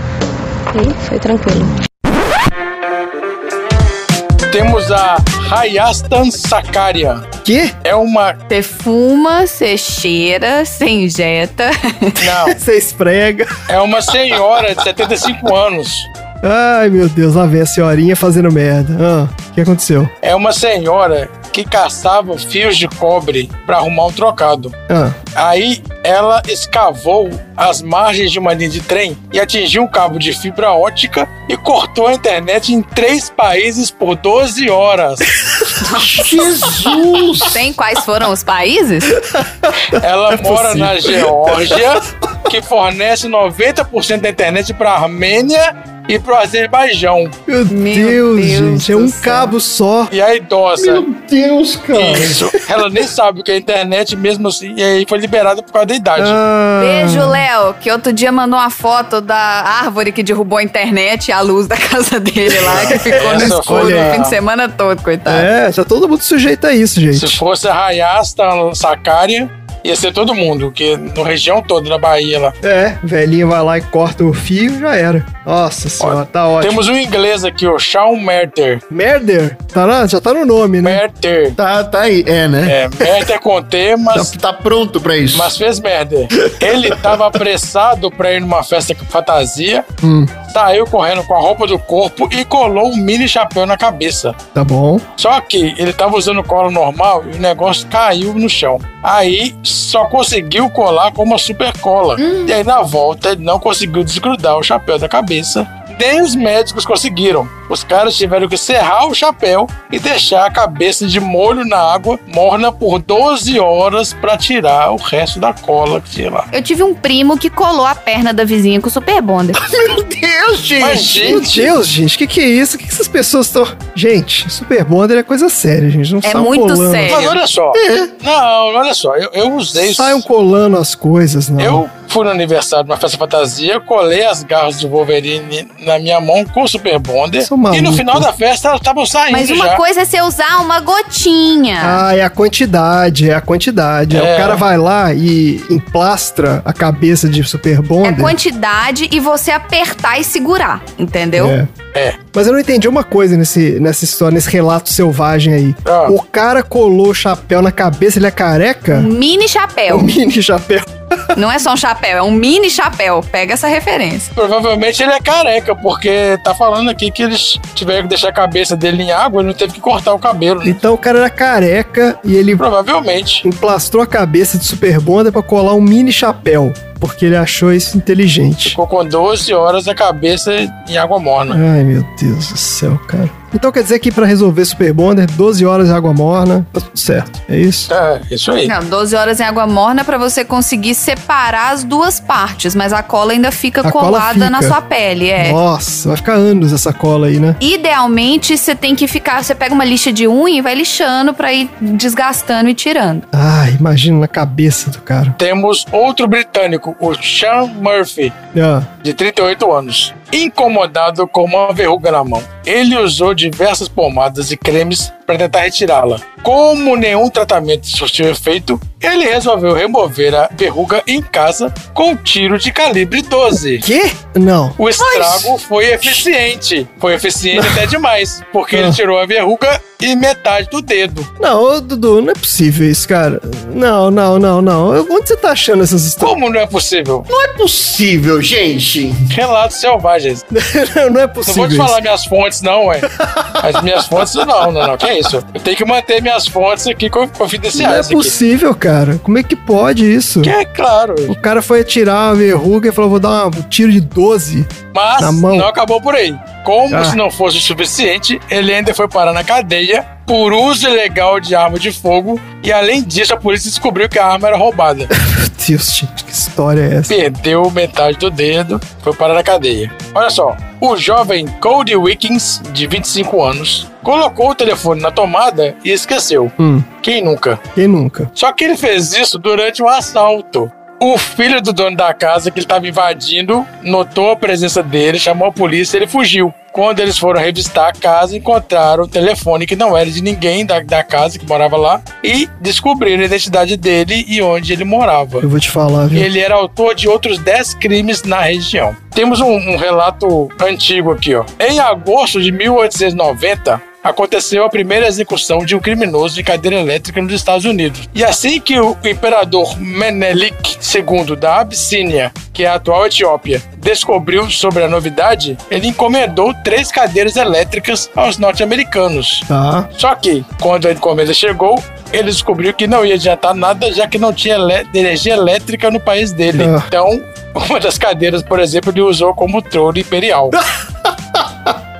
S10: E foi tranquilo.
S2: Temos a Hayastan Sakaria.
S3: Que?
S2: É uma.
S7: Você fuma, você cheira, você injeta.
S2: Não,
S3: Você esfrega.
S2: é uma senhora de 75 anos.
S3: Ai, meu Deus, lá vem a senhorinha fazendo merda. Ah, o que aconteceu?
S2: É uma senhora que caçava fios de cobre para arrumar um trocado.
S3: Ah,
S2: Aí ela escavou as margens de uma linha de trem e atingiu um cabo de fibra ótica e cortou a internet em três países por 12 horas.
S1: Jesus!
S7: Sem quais foram os países?
S2: Ela
S1: é
S2: mora
S3: possível.
S2: na Geórgia, que fornece 90% da internet para a Armênia e para o Azerbaijão.
S3: meu, Deus,
S7: Deus
S3: gente, é
S7: do
S3: um
S7: céu.
S3: cabo só.
S2: E a idosa.
S1: Meu Deus, cara.
S2: Isso. Ela nem sabe o que é internet mesmo assim. E aí foi liberada por causa da idade.
S3: Ah,
S7: Beijo, Léo, que outro dia mandou uma foto da árvore que derrubou a internet e a luz da casa dele lá, que ficou no
S2: Essa
S7: escuro
S2: foi a-
S7: o fim de semana todo, coitado.
S3: É, tá todo mundo sujeito a isso, gente.
S2: Se fosse a Rayasta Sakaria, ia ser todo mundo, que na região toda, na Bahia lá.
S3: É, velhinha vai lá e corta o fio já era. Nossa senhora, tá ótimo.
S2: Temos um inglês aqui, o Shawn Merter.
S3: Merder? Tá lá? Já tá no nome, né?
S2: Merter.
S1: Tá, tá aí. É, né?
S2: É, Merter com T,
S1: Tá,
S2: mas,
S1: tá pronto pra isso.
S2: mas fez merda. Ele tava apressado pra ir numa festa com fantasia,
S3: Hum.
S2: saiu correndo com a roupa do corpo e colou um mini chapéu na cabeça.
S3: Tá bom.
S2: Só que ele tava usando cola normal e o negócio caiu no chão. Aí só conseguiu colar com uma super cola. E aí na volta ele não conseguiu desgrudar o chapéu da cabeça. Nem os médicos conseguiram. Os caras tiveram que serrar o chapéu e deixar a cabeça de molho na água morna por 12 horas pra tirar o resto da cola que tinha lá.
S4: Eu tive um primo que colou a perna da vizinha com super bonder.
S1: Meu Deus,
S2: Mas,
S1: gente.
S3: Meu
S2: gente,
S3: Deus, gente, que que é isso? Que que essas pessoas estão... Gente, Super Bonder é coisa séria, gente. Não
S7: É
S3: saiam
S7: muito
S3: colando.
S7: sério.
S2: mas olha só. Não, olha só. Eu, eu usei.
S3: Saiam colando as coisas, não.
S2: É Eu fui no aniversário de uma festa fantasia, colei as garras de Wolverine na minha mão com o Super Bonder.
S3: Sou maluco.
S2: E no final da festa elas estavam saindo
S4: Mas
S2: já.
S4: uma coisa é você usar uma gotinha.
S3: Ah, é a quantidade, é a quantidade.
S2: É.
S3: O cara vai lá e emplastra a cabeça de Super
S4: É
S3: Bonder.
S4: quantidade e você apertar e segurar.
S7: Entendeu?
S3: É.
S2: É.
S3: Mas eu não entendi uma coisa nesse, nessa história, nesse relato selvagem aí.
S2: Ah.
S3: O cara colou o chapéu na cabeça, ele é careca?
S7: Mini
S3: É um
S7: chapéu.
S3: mini chapéu.
S7: Não é só um chapéu, é um mini chapéu. Pega essa referência.
S2: Provavelmente ele é careca, porque tá falando aqui que eles tiveram que deixar a cabeça dele em água e não teve que cortar o cabelo. né?
S3: Então o cara era careca e ele
S2: Provavelmente.
S3: emplastrou a cabeça de Super Bonder pra colar um mini chapéu, porque ele achou isso inteligente.
S2: Ficou com 12 horas a cabeça em água morna.
S3: Ai, meu Deus do céu, cara. Então quer dizer que pra resolver Super Bonder, 12 horas de água morna, tá tudo certo. É isso?
S2: É, isso aí.
S7: Não, 12 horas em água morna pra você conseguir separar as duas partes, mas a cola ainda fica
S3: A cola
S7: colada na
S3: fica.
S7: sua pele, é.
S3: Nossa, vai ficar anos essa cola aí, né?
S7: Idealmente, você tem que ficar. Você pega uma lixa de unha e vai lixando pra ir desgastando e tirando.
S3: Ah, imagina na cabeça do cara.
S2: Temos outro britânico, o Sean Murphy.
S3: Ah,
S2: de 38 anos, incomodado com uma verruga na mão. Ele usou diversas pomadas e cremes para tentar retirá-la. Como nenhum tratamento surtiu efeito, ele resolveu remover a verruga em casa com um tiro de calibre 12.
S3: Quê? Não.
S2: O estrago foi eficiente. Foi eficiente até demais, porque ele tirou a verruga e metade do dedo.
S3: Não, ô, Dudu, não é possível isso, cara. Não, não, não, não. Eu- Onde você tá achando essas histórias?
S2: Como não é possível?
S1: Não é possível, gente.
S2: Relatos selvagens.
S3: Não, não é
S2: Não
S3: possível.
S2: vou te
S3: isso.
S2: falar minhas fontes, não, ué. As minhas fontes, não, não, não. Que é isso? Eu tenho que manter minhas fontes aqui co-
S3: Não é
S2: confidenciais. aqui.
S3: possível, cara. Como é que pode isso?
S2: Que é claro.
S3: O cara foi atirar a verruga e falou: vou dar um tiro de 12.
S2: Mas
S3: Na mão.
S2: não acabou por aí. Como
S3: Ah.
S2: se não fosse o suficiente, ele ainda foi parar na cadeia por uso ilegal de arma de fogo e, além disso, a polícia descobriu que a arma era roubada.
S3: Meu Deus, gente, que história é essa?
S2: Perdeu metade do dedo, foi parar na cadeia. Olha só, o jovem Cody Wickings, de 25 anos, colocou o telefone na tomada e esqueceu.
S3: Hum,
S2: Quem nunca?
S3: quem nunca?
S2: Só que ele fez isso durante um assalto. O filho do dono da casa que ele estava invadindo notou a presença dele, chamou a polícia e ele fugiu. Quando eles foram revistar a casa, encontraram o telefone que não era de ninguém da, da casa que morava lá e descobriram a identidade dele e onde ele morava.
S3: Eu vou te falar, viu?
S2: Ele era autor de outros 10 crimes na região. Temos um, um relato antigo aqui, ó. Em agosto de 1890, aconteceu a primeira execução de um criminoso de cadeira elétrica nos Estados Unidos. E assim que o imperador Menelik II da Abissínia, que é a atual Etiópia, descobriu sobre a novidade, ele encomendou três cadeiras elétricas aos norte-americanos.
S3: Tá.
S2: Só que, quando a encomenda chegou, ele descobriu que não ia adiantar nada, já que não tinha elé- energia elétrica no país dele.
S3: Ah.
S2: Então, uma das cadeiras, por exemplo, ele usou como trono imperial.
S3: Ah.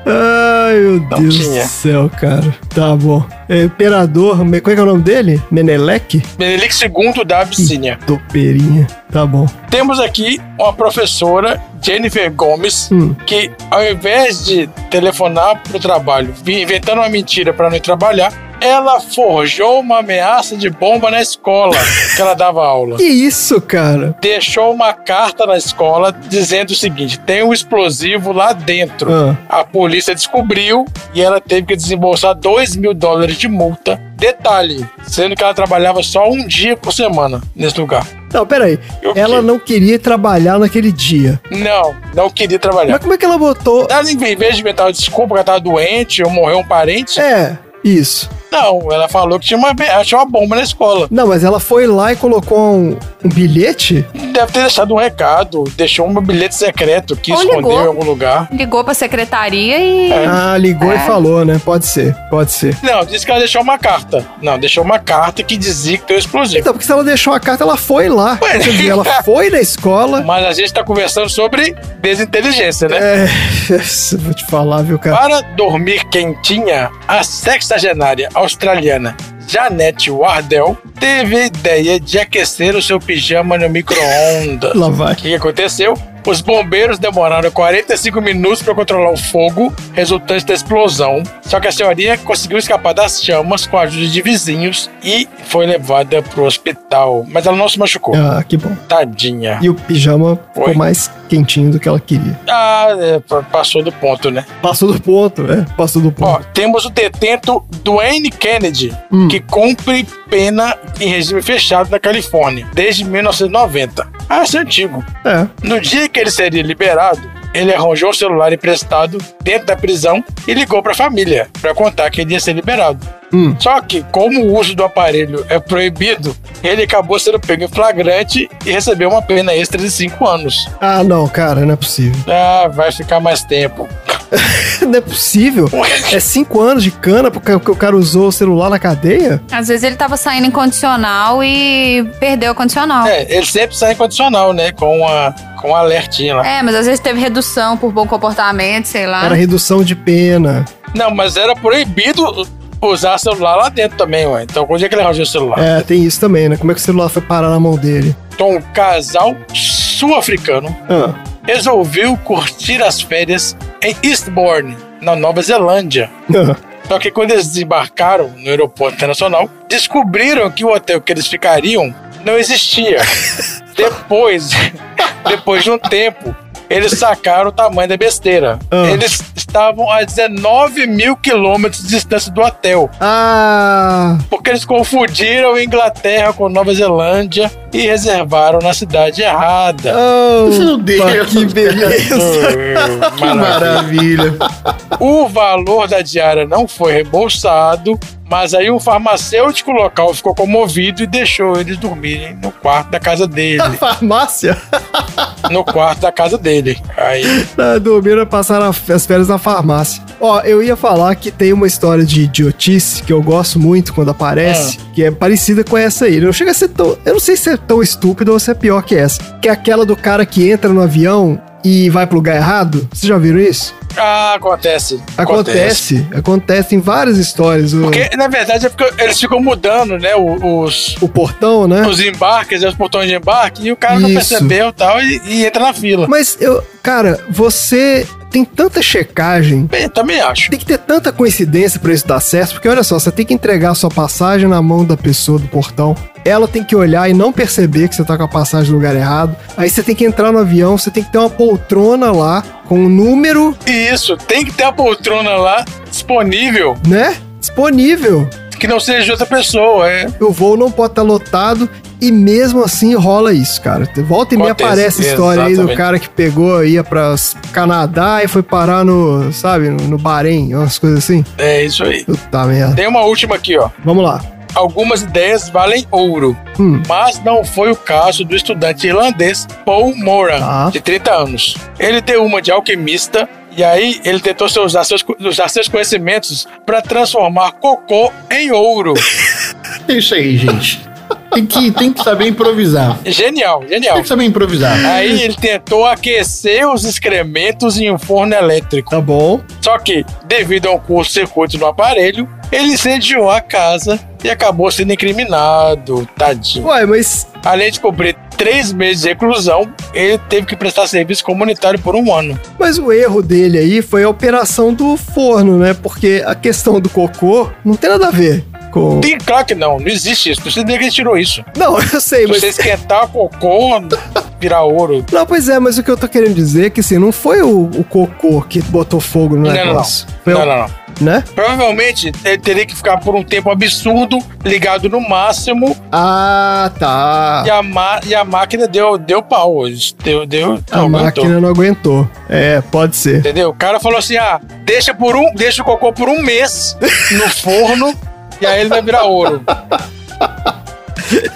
S3: Ai, meu
S2: Não
S3: Deus
S2: tinha.
S3: do céu, cara. Tá bom. É, imperador, me- como é que é o nome dele? Meneleque?
S2: Menelik II da Abissínia.
S3: Doperinha. Tá bom.
S2: Temos aqui uma professora, Jennifer Gomes,
S3: Hum.
S2: que ao invés de telefonar pro trabalho, vi- inventando uma mentira para não ir trabalhar, ela forjou uma ameaça de bomba na escola que ela dava aula.
S3: Que isso, cara?
S2: deixou uma carta na escola dizendo o seguinte: tem um explosivo lá dentro.
S3: Ah.
S2: A polícia descobriu e ela teve que desembolsar 2 mil dólares de multa. Detalhe, sendo que ela trabalhava só um dia por semana nesse lugar.
S3: Não, peraí.
S2: Eu
S3: Ela
S2: quê?
S3: não queria trabalhar naquele dia.
S2: Não, não queria trabalhar.
S3: Mas como é que ela botou.
S2: Ela, em vez de inventar uma desculpa que ela tava doente ou morreu um parente,
S3: É, isso.
S2: não, ela falou que tinha uma, tinha uma bomba na escola.
S3: Não, mas ela foi lá e colocou um, um bilhete?
S2: Deve ter deixado um recado, deixou um bilhete secreto que
S7: Ou
S2: escondeu
S7: ligou.
S2: em algum lugar.
S7: Ligou pra secretaria e.
S2: É.
S3: Ah, ligou e falou, né? Pode ser, pode ser.
S2: Não, disse que ela deixou uma carta. Não, deixou uma carta que dizia que tem um explosivo.
S3: Então, porque se ela deixou a carta, ela foi lá.
S2: Ué,
S3: Quer dizer, ela foi na escola.
S2: Mas a gente tá conversando sobre desinteligência, né?
S3: É, isso eu vou te falar, viu, cara?
S2: Para dormir quentinha, a sexagenária australiana Janete Wardell teve a ideia de aquecer o seu pijama no micro-ondas.
S3: Lá
S2: O
S3: vai.
S2: que que aconteceu? Os bombeiros demoraram 45 minutos para controlar o fogo resultante da explosão. Só que a senhorinha conseguiu escapar das chamas com a ajuda de vizinhos e foi levada pro hospital. Mas ela não se machucou.
S3: Ah, que bom.
S2: Tadinha.
S3: E o pijama
S2: Foi.
S3: ficou mais quentinho do que ela queria.
S2: Ah, é, pa- passou do ponto, né?
S3: Passou do ponto, é? Passou do
S2: Ó,
S3: ponto.
S2: temos o detento Dwayne Kennedy,
S3: Hum.
S2: que cumpre pena em regime fechado na Califórnia, desde 1990. Ah, isso é antigo.
S3: É.
S2: No dia que ele seria liberado, ele arranjou o celular emprestado dentro da prisão e ligou para a família para contar que ele ia ser liberado.
S3: Hum.
S2: Só que, como o uso do aparelho é proibido, ele acabou sendo pego em flagrante e recebeu uma pena extra de 5 anos.
S3: Ah, não, cara, não é possível.
S2: Ah, vai ficar mais tempo.
S3: Não é possível. É cinco anos de cana porque o cara usou o celular na cadeia?
S7: Às vezes ele tava saindo incondicional e perdeu o
S3: Ah.
S7: condicional. É.
S2: É, ele sempre sai incondicional, né? Com a com um alertinho lá.
S7: É, mas às vezes teve redução por bom comportamento, sei
S4: Ah.
S7: lá.
S3: Era redução de pena.
S2: Não, mas era proibido usar celular lá dentro também, ué. Então, onde é que ele arranjou o celular?
S3: É, tem isso também, né? Como é que o celular foi parar na mão dele?
S2: Então, um casal sul-africano
S3: Ah,
S2: resolveu curtir as férias em Eastbourne, na Nova Zelândia.
S3: ah,
S2: Só que quando eles desembarcaram no aeroporto internacional, descobriram que o hotel que eles ficariam não existia. depois, depois de um tempo, eles sacaram o tamanho da besteira.
S3: Ah.
S2: Eles estavam a 19 mil quilômetros de distância do hotel.
S3: Ah,
S2: Porque eles confundiram Inglaterra com Nova Zelândia e reservaram na cidade errada.
S3: oh,
S1: Meu Deus,
S3: que beleza.
S2: Hum,
S1: Que maravilha.
S3: Ah.
S2: O valor da diária não foi reembolsado, mas aí um farmacêutico local ficou comovido e deixou eles dormirem no quarto da casa dele.
S3: Farmácia?
S2: No quarto da casa dele. Aí,
S3: Ah, Dormiram e passaram a- as férias na farmácia. Ó, eu ia falar que tem uma história de idiotice que eu gosto muito quando aparece, que é parecida com essa aí. Não chega a ser tão. Eu não sei se é tão estúpido ou se é pior que essa. Que é aquela do cara que entra no avião e vai pro lugar errado. Vocês já viram isso?
S2: ah, acontece.
S3: Acontece. Acontece, em várias histórias. O,
S2: Porque, na verdade, é porque eles ficam mudando, né? o- Os,
S3: o portão, né?
S2: os embarques, os portões de embarque, e o cara não
S3: Isso.
S2: percebeu e tal, e, e entra na fila.
S3: Mas eu. Cara, você tem tanta checagem
S2: Bem, também acho.
S3: Tem que ter tanta coincidência pra isso dar certo, porque olha só, você tem que entregar a sua passagem na mão da pessoa do portão. Ela tem que olhar e não perceber que você tá com a passagem no lugar errado. Aí você tem que entrar no avião, você tem que ter uma poltrona lá com um número,
S2: E isso, tem que ter a poltrona lá disponível,
S3: né? Disponível.
S2: que não seja de outra pessoa. É,
S3: O voo não pode estar lotado e mesmo assim rola isso, cara. Volta e me
S2: Acontece,
S3: aparece a história aí do
S2: exatamente.
S3: cara que pegou, ia pra Canadá e foi parar no, sabe, no, no Bahrein, umas coisas assim.
S2: é isso aí.
S3: Puta merda.
S2: Tem uma última aqui, ó.
S3: Vamos lá.
S2: Algumas ideias valem ouro,
S3: Hum.
S2: mas não foi o caso do estudante irlandês Paul Moran,
S3: Tá.
S2: de 30 anos. Ele tem uma de alquimista e aí ele tentou se usar seus, usar seus conhecimentos para transformar cocô em ouro.
S1: É isso aí, gente. Tem que, tem que saber improvisar.
S2: genial,
S1: Tem
S2: genial.
S1: que saber improvisar.
S2: Aí ele tentou aquecer os excrementos em um forno elétrico.
S3: Tá bom.
S2: Só que, devido a um curto-circuito no aparelho, ele incendiou a casa e acabou sendo incriminado. Tadinho.
S3: Ué, mas
S2: Além de cumprir três meses de reclusão, ele teve que prestar serviço comunitário por um ano.
S3: Mas o erro dele aí foi a operação do forno, né? Porque a questão do cocô não tem nada a ver com.
S2: Tem claro que não, não existe isso. Não sei de onde é ele tirou isso.
S3: Não, eu sei,
S2: Se
S3: mas.
S2: você esquentar cocô, virar ouro.
S3: Não, pois é, mas o que eu tô querendo dizer é que assim, não foi o, o cocô que botou fogo no
S2: Não, não,
S3: negócio. Foi
S2: Não,
S3: o-
S2: não, não.
S3: Né?
S2: Provavelmente ele teria que ficar por um tempo absurdo, ligado no máximo,
S3: Ah, tá.
S2: e, a ma- e a máquina deu, deu pau. Deu, deu,
S3: A
S2: não, aguentou.
S3: máquina não aguentou. É, pode ser.
S2: Entendeu? O cara falou assim: ah, deixa por um, deixa o cocô por um mês no forno e aí ele vai virar ouro.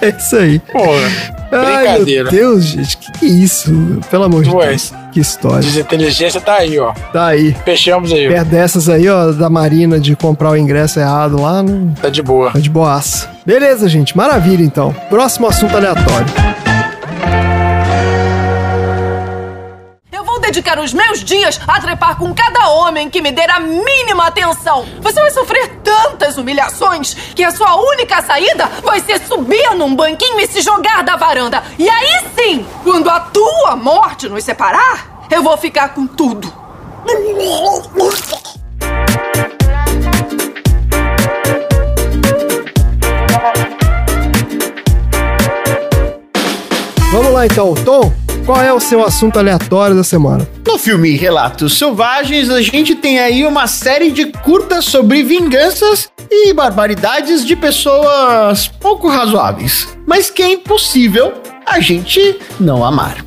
S3: É isso aí.
S2: Porra, brincadeira.
S3: Ai, meu Deus, gente, que, que isso? Pelo amor de
S2: Ué.
S3: Deus. Que história.
S2: desinteligência tá aí, ó.
S3: Tá aí.
S2: Fechamos aí, ó.
S3: Perto dessas aí, ó, da Marina de comprar o ingresso errado lá, não,
S2: tá de boa.
S3: Tá de boaça. Beleza, gente. Maravilha, então. Próximo assunto aleatório.
S9: Eu vou dedicar os meus dias a trepar com cada homem que me der a mínima atenção. Você vai sofrer tantas humilhações que a sua única saída vai ser subir num banquinho e se jogar da varanda. E aí sim, quando a tua morte nos separar, eu vou ficar com tudo.
S3: Vamos lá, então. Tom, qual é o seu assunto aleatório da semana?
S1: No filme Relatos Selvagens, a gente tem aí uma série de curtas sobre vinganças e barbaridades de pessoas pouco razoáveis, mas que é impossível a gente não amar.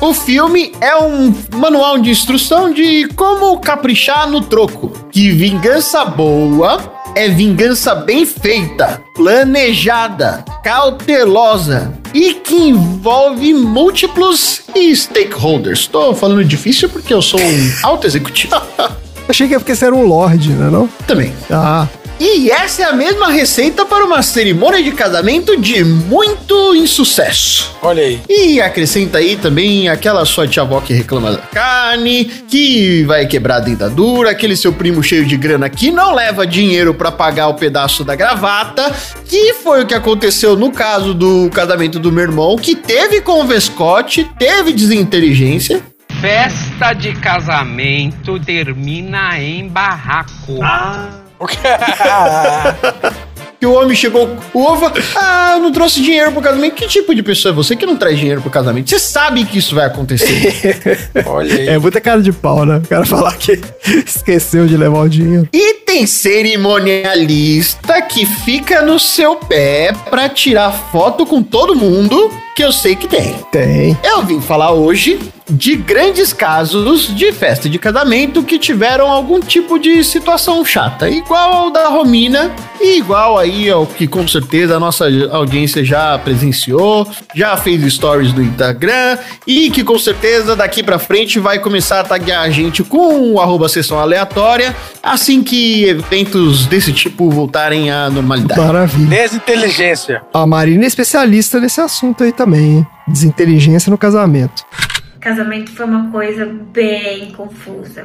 S1: O filme é um manual de instrução de como caprichar no troco. Que vingança boa é vingança bem feita, planejada, cautelosa e que envolve múltiplos stakeholders. Tô falando difícil porque eu sou um alto executivo
S3: Achei que é porque você era um lorde, né? Não?
S1: também.
S3: Ah,
S1: E essa é a mesma receita para uma cerimônia de casamento de muito insucesso.
S2: Olha aí.
S1: E acrescenta aí também aquela sua tia avó que reclama da carne, que vai quebrar a dentadura, aquele seu primo cheio de grana que não leva dinheiro pra pagar o pedaço da gravata, que foi o que aconteceu no caso do casamento do meu irmão, que teve convescote, teve desinteligência.
S12: Festa de casamento
S8: Ah,
S12: termina em barraco.
S2: O que-
S1: que o homem chegou, o ovo, ah, eu não trouxe dinheiro pro casamento. Que tipo de pessoa é você que não traz dinheiro pro casamento? Você sabe que isso vai acontecer.
S2: Olha aí.
S3: É muita cara de pau, né? O cara falar que esqueceu de levar o dinheiro.
S1: E tem cerimonialista que fica no seu pé pra tirar foto com todo mundo, que eu sei que tem.
S3: Tem.
S1: Eu vim falar hoje de grandes casos de festa de casamento que tiveram algum tipo de situação chata, igual ao da Romina e igual aí ao que com certeza a nossa audiência já presenciou, já fez stories do Instagram e que com certeza daqui pra frente vai começar a taguear a gente com o arroba sessão aleatória assim que eventos desse tipo voltarem à normalidade.
S3: Maravilha.
S2: Desinteligência.
S3: A Marina é especialista nesse assunto aí também, hein? Desinteligência no casamento.
S8: Casamento foi uma coisa bem confusa.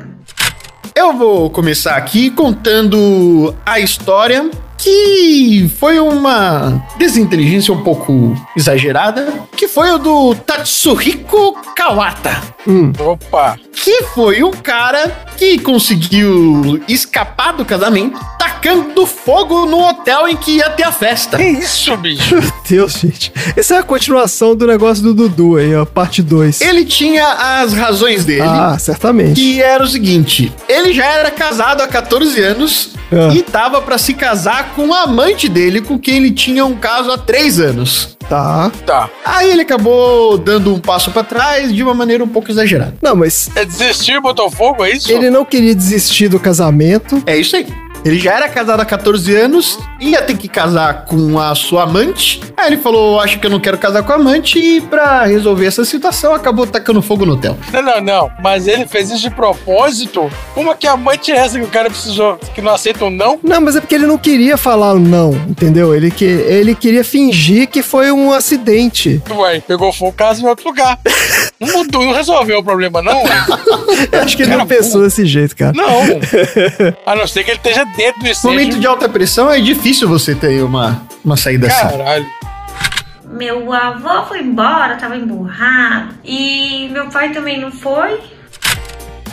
S1: Eu vou começar aqui contando a história que foi uma desinteligência um pouco exagerada, que foi o do Tatsuhiko Kawata,
S2: Opa.
S1: que foi um cara que conseguiu escapar do casamento tacando fogo no hotel em que ia ter a festa.
S2: Que isso, bicho?
S3: Meu Deus, gente. Essa é a continuação do negócio do Dudu aí, ó, parte 2.
S1: Ele tinha as razões dele.
S3: Ah, certamente.
S1: Que era o seguinte, ele já era casado há 14 anos
S3: Ah.
S1: e tava pra se casar com a amante dele, com quem ele tinha um caso há 3 anos.
S3: Tá.
S2: Tá.
S1: Aí ele acabou dando um passo pra trás de uma maneira um pouco exagerada.
S3: Não, mas
S2: É desistir e botou fogo, é isso?
S3: ele não queria desistir do casamento.
S1: É isso aí. Ele já era casado há 14 anos, ia ter que casar com a sua amante. Aí ele falou: Acho que eu não quero casar com a amante. E pra resolver essa situação, acabou tacando fogo no hotel.
S2: Não, não, não. Mas ele fez isso de propósito? Como é que a mãe é essa que o cara precisou, que não aceita um não?
S3: Não, mas é porque ele não queria falar o não, entendeu? Ele, que, ele queria fingir que foi um acidente.
S2: Ué, pegou fogo casa em outro lugar. Não mudou, não resolveu o problema, não? ué.
S3: Eu acho que ele não
S2: Cara,
S3: pensou desse jeito, cara.
S2: Não. A não ser que ele esteja dentro do
S1: No momento
S2: incêndio.
S1: de alta pressão, é difícil você ter uma, uma saída assim.
S2: Caralho.
S8: Meu avô foi embora, tava emburrado. E meu pai também não foi.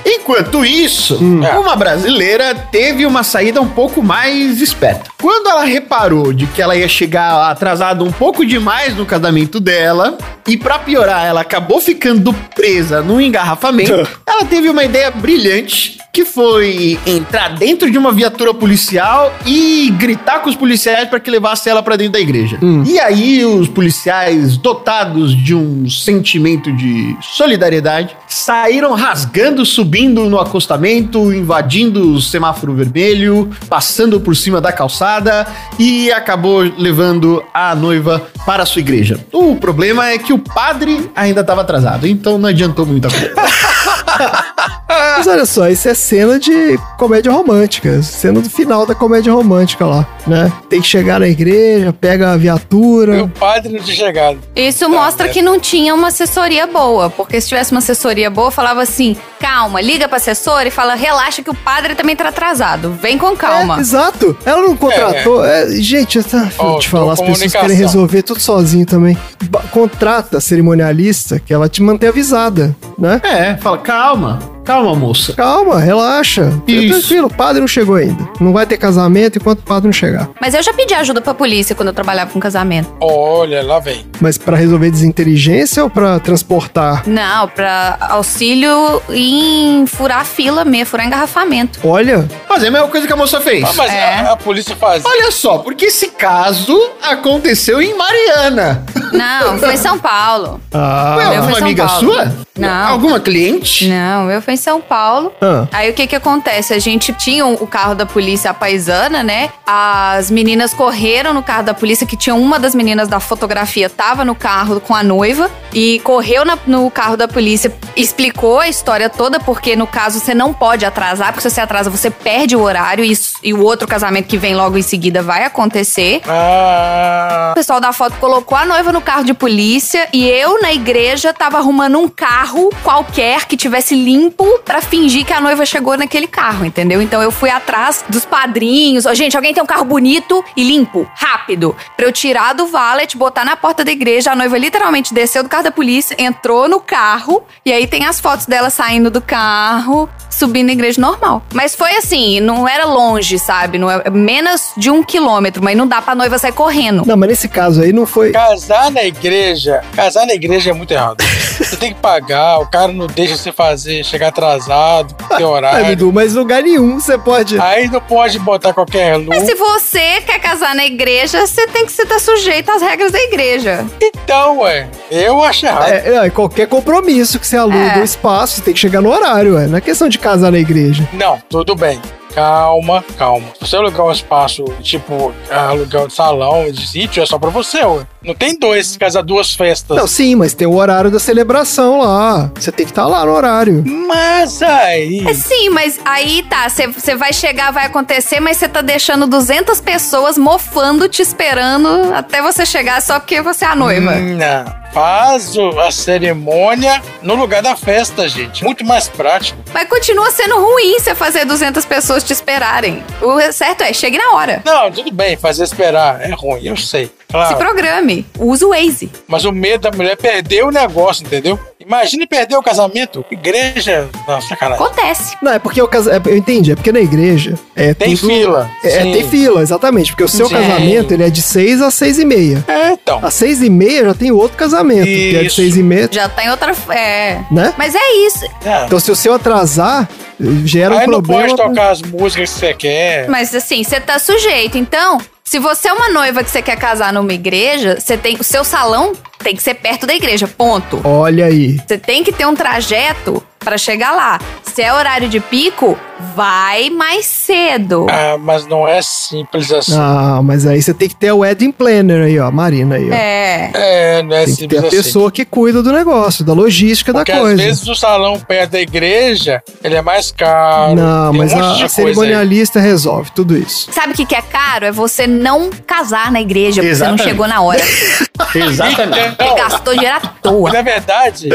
S1: Enquanto isso, uma brasileira teve uma saída um pouco mais esperta. Quando ela reparou de que ela ia chegar atrasada um pouco demais no casamento dela, e pra piorar, ela acabou ficando presa num engarrafamento, ela teve uma ideia brilhante que foi entrar dentro de uma viatura policial e gritar com os policiais para que levasse ela pra dentro da igreja. E aí os policiais, dotados de um sentimento de solidariedade, saíram rasgando, subindo no acostamento, invadindo o semáforo vermelho, passando por cima da calçada e acabou levando a noiva para a sua igreja. O problema é que o padre ainda estava atrasado, então não adiantou muita coisa.
S3: Mas olha só, isso é cena de comédia romântica. Cena do final da comédia romântica lá, né? Tem que chegar na igreja, pega a
S2: E
S3: viatura.
S2: o padre não tinha chegado.
S4: Isso mostra que não tinha uma assessoria boa, porque se tivesse uma assessoria boa, falava assim: calma, liga pra assessora e fala, relaxa que o padre também tá atrasado, vem com calma.
S3: É, exato. Ela não contratou. é, gente, essa, vou
S2: Ó,
S3: te falar, as pessoas
S2: comunicação.
S3: querem resolver tudo sozinho também. Ba- contrata a cerimonialista que ela te mantém avisada, né?
S1: É, fala, calma, calma, moça.
S3: Calma, relaxa. Fica
S1: Isso.
S3: Tranquilo, o padre não chegou ainda. Não vai ter casamento enquanto o padre não chegar.
S4: Mas eu já pedi ajuda pra polícia quando eu trabalhava com casamento.
S2: Olha, lá vem.
S3: Mas pra resolver desinteligência ou pra transportar?
S4: Não, pra auxílio em furar fila mesmo, furar engarrafamento.
S3: Olha,
S1: Fazer é a mesma coisa que a moça fez.
S2: Ah, mas
S4: É.
S2: a, a polícia faz.
S1: Olha só, porque esse caso aconteceu em Mariana.
S4: Não, foi em São Paulo.
S3: ah,
S1: Foi
S4: eu
S1: alguma
S4: fui em São
S1: amiga
S4: Paulo.
S1: sua?
S4: Não.
S1: Alguma cliente?
S4: Não, eu fui em São Paulo.
S3: Ah.
S4: Aí o que que acontece? A gente tinha o carro da polícia, a paisana, né? As meninas correram no carro da polícia, que tinha uma das meninas da fotografia, tava no carro com a noiva, e correu na- no carro da polícia, explicou a história toda, porque no caso você não pode atrasar, porque se você atrasa você perde o horário e, s- e o outro casamento que vem logo em seguida vai acontecer.
S2: Ah,
S4: O pessoal da foto colocou a noiva no carro de polícia e eu na igreja tava arrumando um carro qualquer que tivesse limpo pra fingir que a noiva chegou naquele carro, entendeu? Então eu fui atrás dos padrinhos. Ó, gente, alguém tem um carro bonito e limpo, rápido, pra eu tirar do valet, botar na porta da igreja. A noiva literalmente desceu do carro da polícia, entrou no carro e aí tem as fotos dela saindo do carro, subir na igreja normal. Mas foi assim, não era longe, sabe? Não é, menos de um quilômetro, mas não dá pra noiva sair correndo.
S3: Não, mas nesse caso aí não foi.
S2: Casar na igreja, casar na igreja é muito errado. Você tem que pagar, o cara não deixa você fazer, chegar atrasado, ter
S3: Ah,
S2: horário.
S3: Dudu, mas lugar nenhum você pode.
S2: Aí não pode botar qualquer luz.
S4: Mas se você quer casar na igreja, você tem que se estar sujeito às regras da igreja.
S2: Então, ué, eu acho errado.
S3: É, é, qualquer compromisso que você aluga
S4: É.
S3: o espaço, você tem que chegar no horário, é. Não é questão de casar na igreja.
S2: Não, tudo bem. Calma, calma. Se você alugar um espaço, tipo, alugar um salão de sítio, é só pra você, ué. Não tem dois, casar duas festas.
S3: Não, sim, mas tem o horário da celebração lá. Você tem que estar lá no horário.
S2: Mas aí.
S4: É sim, mas aí tá, você vai chegar, vai acontecer, mas você tá deixando 200 pessoas mofando, te esperando até você chegar só porque você é a noiva.
S2: Hum. Não. Faz o- a cerimônia no lugar da festa, gente. Muito mais prático.
S4: Mas continua sendo ruim você fazer 200 pessoas te esperarem. O certo é, chegue na hora.
S2: Não, tudo bem, fazer esperar é ruim, eu sei.
S4: Se
S2: Claro.
S4: programe, use o Waze.
S2: Mas o medo da mulher é perder o negócio, entendeu? Imagine perder o casamento. Igreja. Não, sacanagem.
S4: Acontece.
S3: Não, é porque o casa... é, eu entendi, é porque na igreja é
S2: Tem
S3: tudo-
S2: fila.
S3: É, é,
S2: Sim.
S3: tem fila, exatamente, porque o seu
S2: Sim.
S3: casamento ele é de 6 às 6 e meia.
S2: É, então.
S3: Às 6 e meia já tem outro casamento, que é de
S2: Isso.
S3: 6 e meia,
S4: Já tá em outra. É.
S3: né?
S4: Mas é isso.
S2: É.
S3: Então se o seu atrasar, gera um
S2: Aí não pode
S3: problema.
S2: tocar as músicas que você quer.
S4: Mas assim, você tá sujeito. Então, se você é uma noiva que você quer casar numa igreja, você tem. O seu salão tem que ser perto da igreja. Ponto.
S3: Olha aí.
S4: Você tem que ter um trajeto pra chegar lá. Se é horário de pico, vai mais cedo.
S2: Ah, mas não é simples assim.
S3: Ah, mas aí você tem que ter o wedding planner aí, ó, a Marina aí, ó.
S4: É.
S2: É, não é
S3: Tem que ter
S2: simples
S3: a
S2: assim.
S3: pessoa que cuida do negócio, da logística
S2: Porque
S3: da
S2: às
S3: coisa.
S2: vezes o salão perto da igreja, ele é mais caro.
S3: Não,
S2: tem
S3: mas
S2: um monte
S3: a,
S2: de
S3: a
S2: coisa aí.
S3: cerimonialista resolve tudo isso.
S4: Sabe o que, que é caro? É você não casar na igreja, porque você não
S1: Exatamente.
S4: chegou na hora.
S1: Exatamente.
S4: Você
S2: Então,
S4: gastou dinheiro à toa.
S2: na verdade,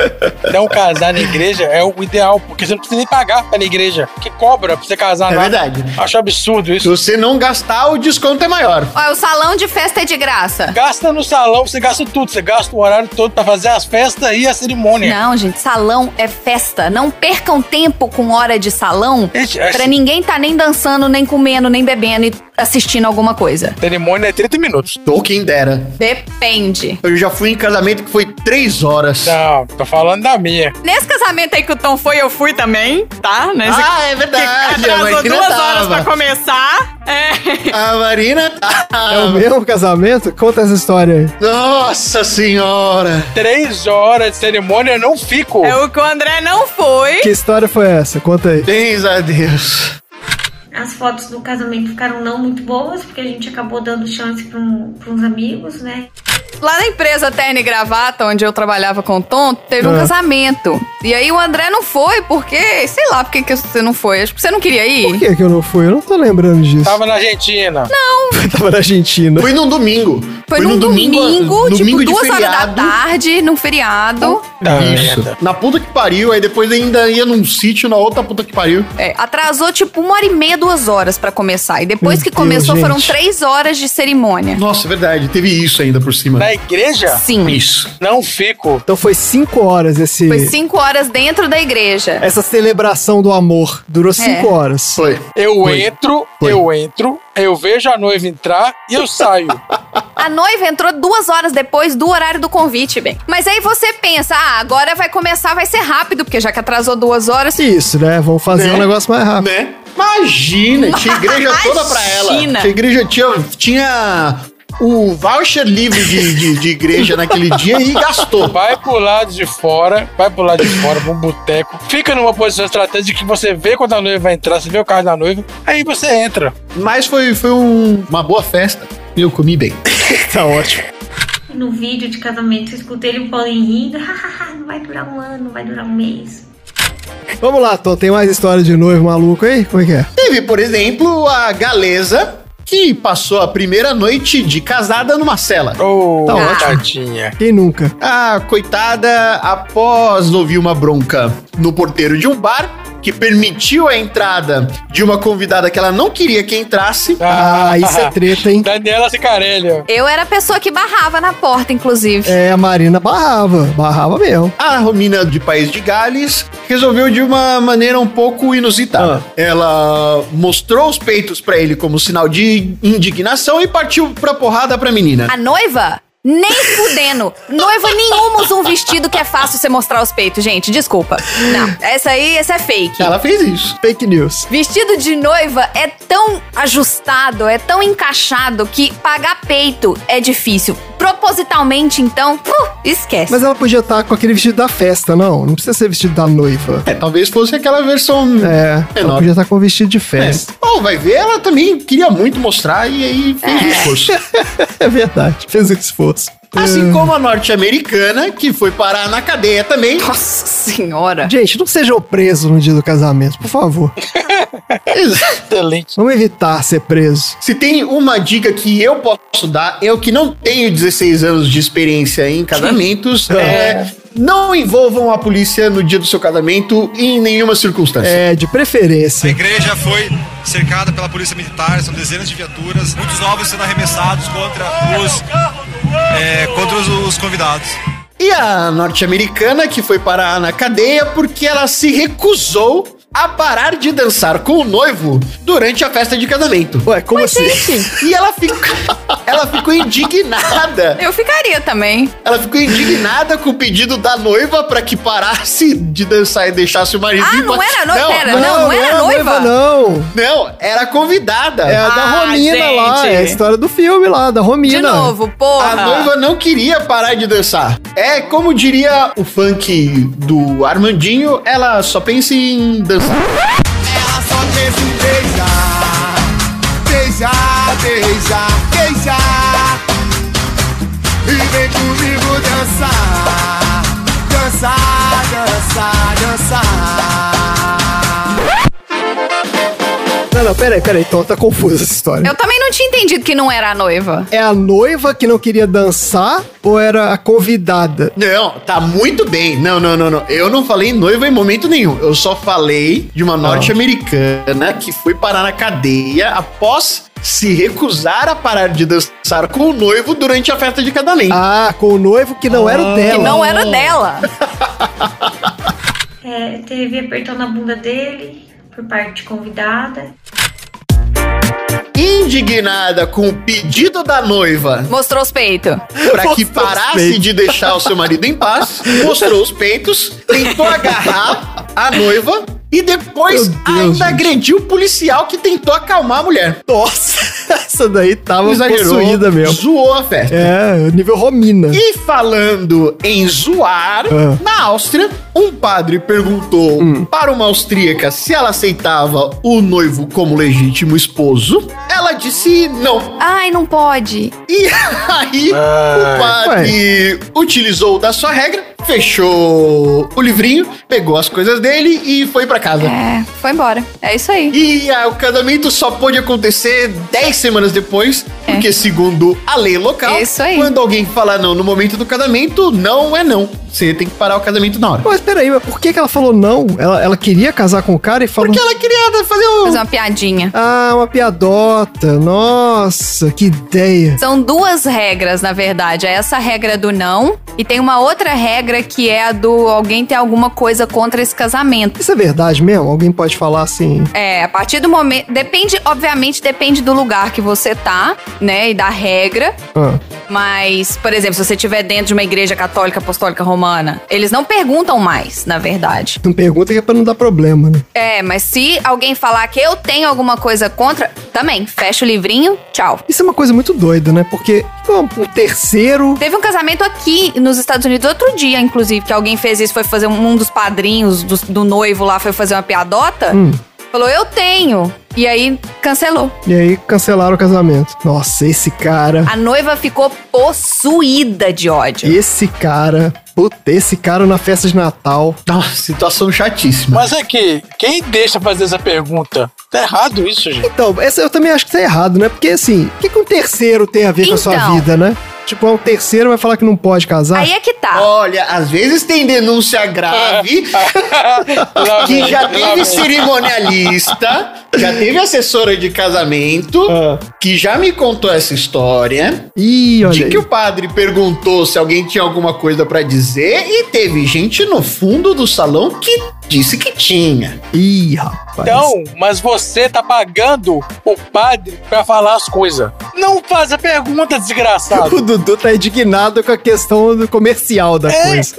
S2: não casar na igreja é o ideal, porque você não precisa nem pagar pela igreja. Que cobra pra você casar
S1: É
S2: lá.
S1: verdade.
S2: Acho absurdo
S1: Se
S2: isso.
S1: você não gastar, o desconto é maior.
S4: Olha, o salão de festa é de graça.
S2: Gasta no salão, você gasta tudo. Você gasta o horário todo pra fazer as festas e a cerimônia.
S4: Não, gente, salão é festa. Não percam tempo com hora de salão
S2: Gente, essa
S4: pra ninguém tá nem dançando, nem comendo, nem bebendo e assistindo alguma coisa.
S2: cerimônia é 30 minutos.
S1: Ou quem dera.
S4: Depende.
S1: Eu já fui em casamento que foi três horas.
S3: Tá.
S2: Não, tô falando da minha.
S7: Nesse casamento aí que o Tom foi, eu fui também, tá? Nesse
S1: Ah, é verdade.
S7: que
S1: a
S7: atrasou
S1: Marina
S7: duas
S1: tava.
S7: horas pra começar. É.
S1: A Marina
S3: É o
S4: Ah.
S1: tava.
S3: mesmo casamento? Conta essa história aí.
S1: Nossa senhora.
S2: Três horas de cerimônia eu não fico.
S7: É o que o André não foi.
S3: Que história foi essa? Conta aí.
S1: Tens a Deus.
S13: As fotos do casamento ficaram não muito boas, porque a gente acabou dando chance pra, um- pra uns amigos, né?
S7: Lá na empresa Terno e Gravata, onde eu trabalhava com o Tom, teve um
S3: Ah.
S7: casamento. E aí o André não foi, porque, sei lá, por que que você não foi? Acho que você não queria
S3: Por
S7: ir.
S3: que, que eu não fui? Eu não tô lembrando disso.
S2: Tava na Argentina.
S3: Tava na Argentina.
S1: Foi num domingo.
S7: Foi num domingo, tipo
S1: domingo de
S7: duas horas da
S1: feriado.
S7: tarde, num feriado.
S2: Tá,
S1: Isso.
S2: merda.
S1: Na puta que pariu, aí depois ainda ia num sítio na outra puta que pariu.
S4: É, atrasou tipo uma hora e meia, duas horas pra começar. E depois
S3: Meu
S4: que
S3: Deus,
S4: começou,
S3: gente.
S4: foram três horas de cerimônia.
S1: Nossa, é verdade. Teve isso ainda por cima.
S2: Na igreja?
S4: Sim.
S1: Isso.
S2: Não fico.
S3: Então foi cinco horas esse.
S4: Foi cinco horas dentro da igreja.
S3: Essa celebração do amor durou cinco horas.
S1: Foi.
S2: Eu
S1: Foi.
S2: entro,
S1: Foi.
S2: eu entro, eu vejo a noiva entrar e eu saio.
S4: A noiva entrou duas horas depois do horário do convite, bem. Mas aí você pensa, ah, agora vai começar, vai ser rápido, porque já que atrasou duas horas.
S3: Isso, né? Vamos fazer
S1: Né?
S3: um negócio mais rápido.
S1: Né? Imagina, tinha igreja toda pra ela.
S7: Imagina.
S1: Tinha igreja, tinha, tinha o voucher livre de, de, de igreja naquele dia e gastou.
S2: Vai pro lado de fora, vai pro lado de fora, pra um boteco. Fica numa posição estratégica que você vê quando a noiva vai entrar, você vê o carro da noiva, aí você entra.
S1: Mas foi, foi um- uma boa festa. E eu comi bem.
S3: Tá ótimo.
S13: No vídeo de casamento, eu escutei ele e o Paulinho rindo. "Hahaha, não vai durar um ano, não vai durar um mês.
S3: Vamos lá, Tom. Tem mais história de noivo maluco aí? Como é que é?
S1: Teve, por exemplo, a galesa que passou a primeira noite de casada numa cela.
S2: Ô,
S3: Tá
S2: oh,
S3: ótimo.
S2: tadinha.
S3: Quem nunca?
S1: A coitada, após ouvir uma bronca no porteiro de um bar, que permitiu a entrada de uma convidada que ela não queria que entrasse.
S3: Ah, isso é treta, hein?
S2: Daniela Cicarelli. ó.
S4: Eu era a pessoa que barrava na porta, inclusive.
S3: É, a Marina barrava. Barrava mesmo.
S1: A Romina de País de Gales resolveu de uma maneira um pouco inusitada.
S3: Ah.
S1: Ela mostrou os peitos pra ele como sinal de indignação e partiu pra porrada pra menina.
S4: A noiva? Nem fudendo. Noiva nenhuma usa um vestido que é fácil você mostrar os peitos, gente. Desculpa. Não, essa aí, essa é fake.
S1: Ela fez isso.
S3: Fake news.
S4: Vestido de noiva é tão ajustado, é tão encaixado que pagar peito é difícil. Propositalmente, então, uh, esquece.
S3: Mas ela podia estar com aquele vestido da festa, não? Não precisa ser vestido da noiva.
S1: É, talvez fosse aquela versão.
S3: É, ela
S1: menor.
S3: podia estar com o vestido de festa.
S1: Ou vai ver, ela também queria muito mostrar e aí fez um esforço.
S3: É, verdade. Fez um esforço. É.
S1: Assim como a norte-americana, que foi parar na cadeia também.
S4: Nossa senhora.
S3: Gente, não sejam presos no dia do casamento, por favor.
S2: Excelente.
S3: Vamos evitar ser preso.
S1: Se tem uma dica que eu posso dar, eu que não tenho 16 anos de experiência em casamentos, é. Não envolvam a polícia no dia do seu casamento em nenhuma circunstância.
S3: É, de preferência.
S6: A igreja foi cercada pela polícia militar, são dezenas de viaturas, muitos ovos sendo arremessados contra os, é, contra os, os convidados.
S1: E a norte-americana que foi parar na cadeia porque ela se recusou a parar de dançar com o noivo durante a festa de casamento.
S3: Ué, como assim?
S1: E ela ficou, ela ficou indignada.
S7: Eu ficaria também.
S1: Ela ficou indignada com o pedido da noiva pra que parasse de dançar e deixasse o marido.
S4: Ah,
S1: ir
S4: não
S1: embora.
S4: era a noiva?
S1: é
S4: Pera, não, não era
S3: é a
S4: noiva?
S3: Não.
S1: Não, era a convidada.
S3: É a
S1: a,
S3: da
S7: Ah,
S3: Romina lá.
S7: gente.
S3: É a história do filme lá, da Romina.
S7: De novo,
S1: a
S7: porra.
S1: noiva não queria parar de dançar. É como diria o funk do Armandinho, ela só pensa em dançar.
S8: Ela só pensa em beijar, beijar, beijar, beijar. E vem comigo dançar, dançar, dançar, dançar.
S3: Não, não, peraí, peraí. Então tá confusa essa história.
S7: Eu também não tinha entendido que não era a noiva.
S3: É a noiva que não queria dançar ou era a convidada?
S1: Não, tá muito bem. Não, não, não, não. Eu não falei noiva em momento nenhum. Eu só falei de uma
S3: Ah.
S1: norte-americana que foi parar na cadeia após se recusar a parar de dançar com o noivo durante a festa de casamento.
S3: Ah, com o noivo que não era o dela.
S7: Que não era dela.
S13: É, teve apertão na bunda dele por parte de convidada.
S1: Indignada com o pedido da noiva
S7: Mostrou os peitos.
S1: para que
S3: Mostrou os
S1: parasse
S3: peitos.
S1: de deixar o seu marido em paz, mostrou os peitos, tentou agarrar a noiva e depois
S3: Meu Deus,
S1: ainda
S3: gente.
S1: agrediu o policial que tentou acalmar a mulher.
S3: Nossa, essa daí tava
S1: Exagerou,
S3: possuída mesmo.
S1: Zoou a festa.
S3: É, nível Romina.
S1: E falando em zoar,
S3: Ah.
S1: na Áustria, um padre perguntou para uma austríaca se ela aceitava o noivo como legítimo esposo. Ela disse não.
S4: Ai, não pode.
S1: E aí, o padre utilizou da sua regra, fechou o livrinho, pegou as coisas dele e foi para casa.
S7: É, foi embora. É isso aí.
S1: E ah, o casamento só pôde acontecer 10 semanas depois, porque segundo a lei local,
S7: É isso aí.
S1: quando alguém falar não no momento do casamento, não é não. Você tem que parar o casamento na hora.
S3: Mas peraí, mas por que, que ela falou não? Ela, ela queria casar com o cara e falou.
S1: Porque ela queria fazer um- o...
S7: Fazer uma piadinha.
S3: Ah, uma piadota. Nossa, que ideia.
S7: São duas regras, na verdade. É essa regra do não e tem uma outra regra que é a do alguém ter alguma coisa contra esse casamento.
S3: Isso é verdade mesmo? Alguém pode falar assim.
S7: É, a partir do momento. Depende, obviamente, depende do lugar que você tá, né? E da regra.
S3: Ah,
S7: Mas, por exemplo, se você estiver dentro de uma igreja católica, apostólica romana, eles não perguntam mais, na verdade.
S3: não pergunta que é pra não dar problema, né?
S7: É, mas se alguém falar que eu tenho alguma coisa contra, também, fecha o livrinho, tchau.
S3: Isso é uma coisa muito doida, né? Porque um, um terceiro.
S7: Teve um casamento aqui nos Estados Unidos outro dia, inclusive, que alguém fez isso, foi fazer um, um dos padrinhos do, do noivo lá, foi fazer uma piadota.
S3: Hum.
S7: Falou, eu tenho. E aí cancelou.
S3: E aí cancelaram o casamento. Nossa, esse cara.
S7: A noiva ficou possuída de ódio.
S3: Esse cara. Puta, esse cara na festa de Natal.
S1: Nossa, situação chatíssima.
S2: Mas é que quem deixa fazer essa pergunta? Tá errado isso, gente.
S3: Então, essa eu também acho que tá errado, né? Porque assim, o que, que um terceiro tem a ver com a sua
S7: Então.
S3: vida, né? Tipo, o terceiro vai falar que não pode casar.
S4: Aí é que tá.
S1: Olha, às vezes tem denúncia grave
S2: Ah.
S1: que já teve cerimonialista, já teve assessora de casamento, que já me contou essa história. de que o padre perguntou se alguém tinha alguma coisa pra dizer e teve gente no fundo do salão que disse que tinha.
S3: Ih, rapaz.
S2: Então, mas você tá pagando o padre pra falar as coisas. Não faz a pergunta, desgraçado.
S3: O Dudu tá indignado com a questão do comercial da
S1: É.
S3: coisa.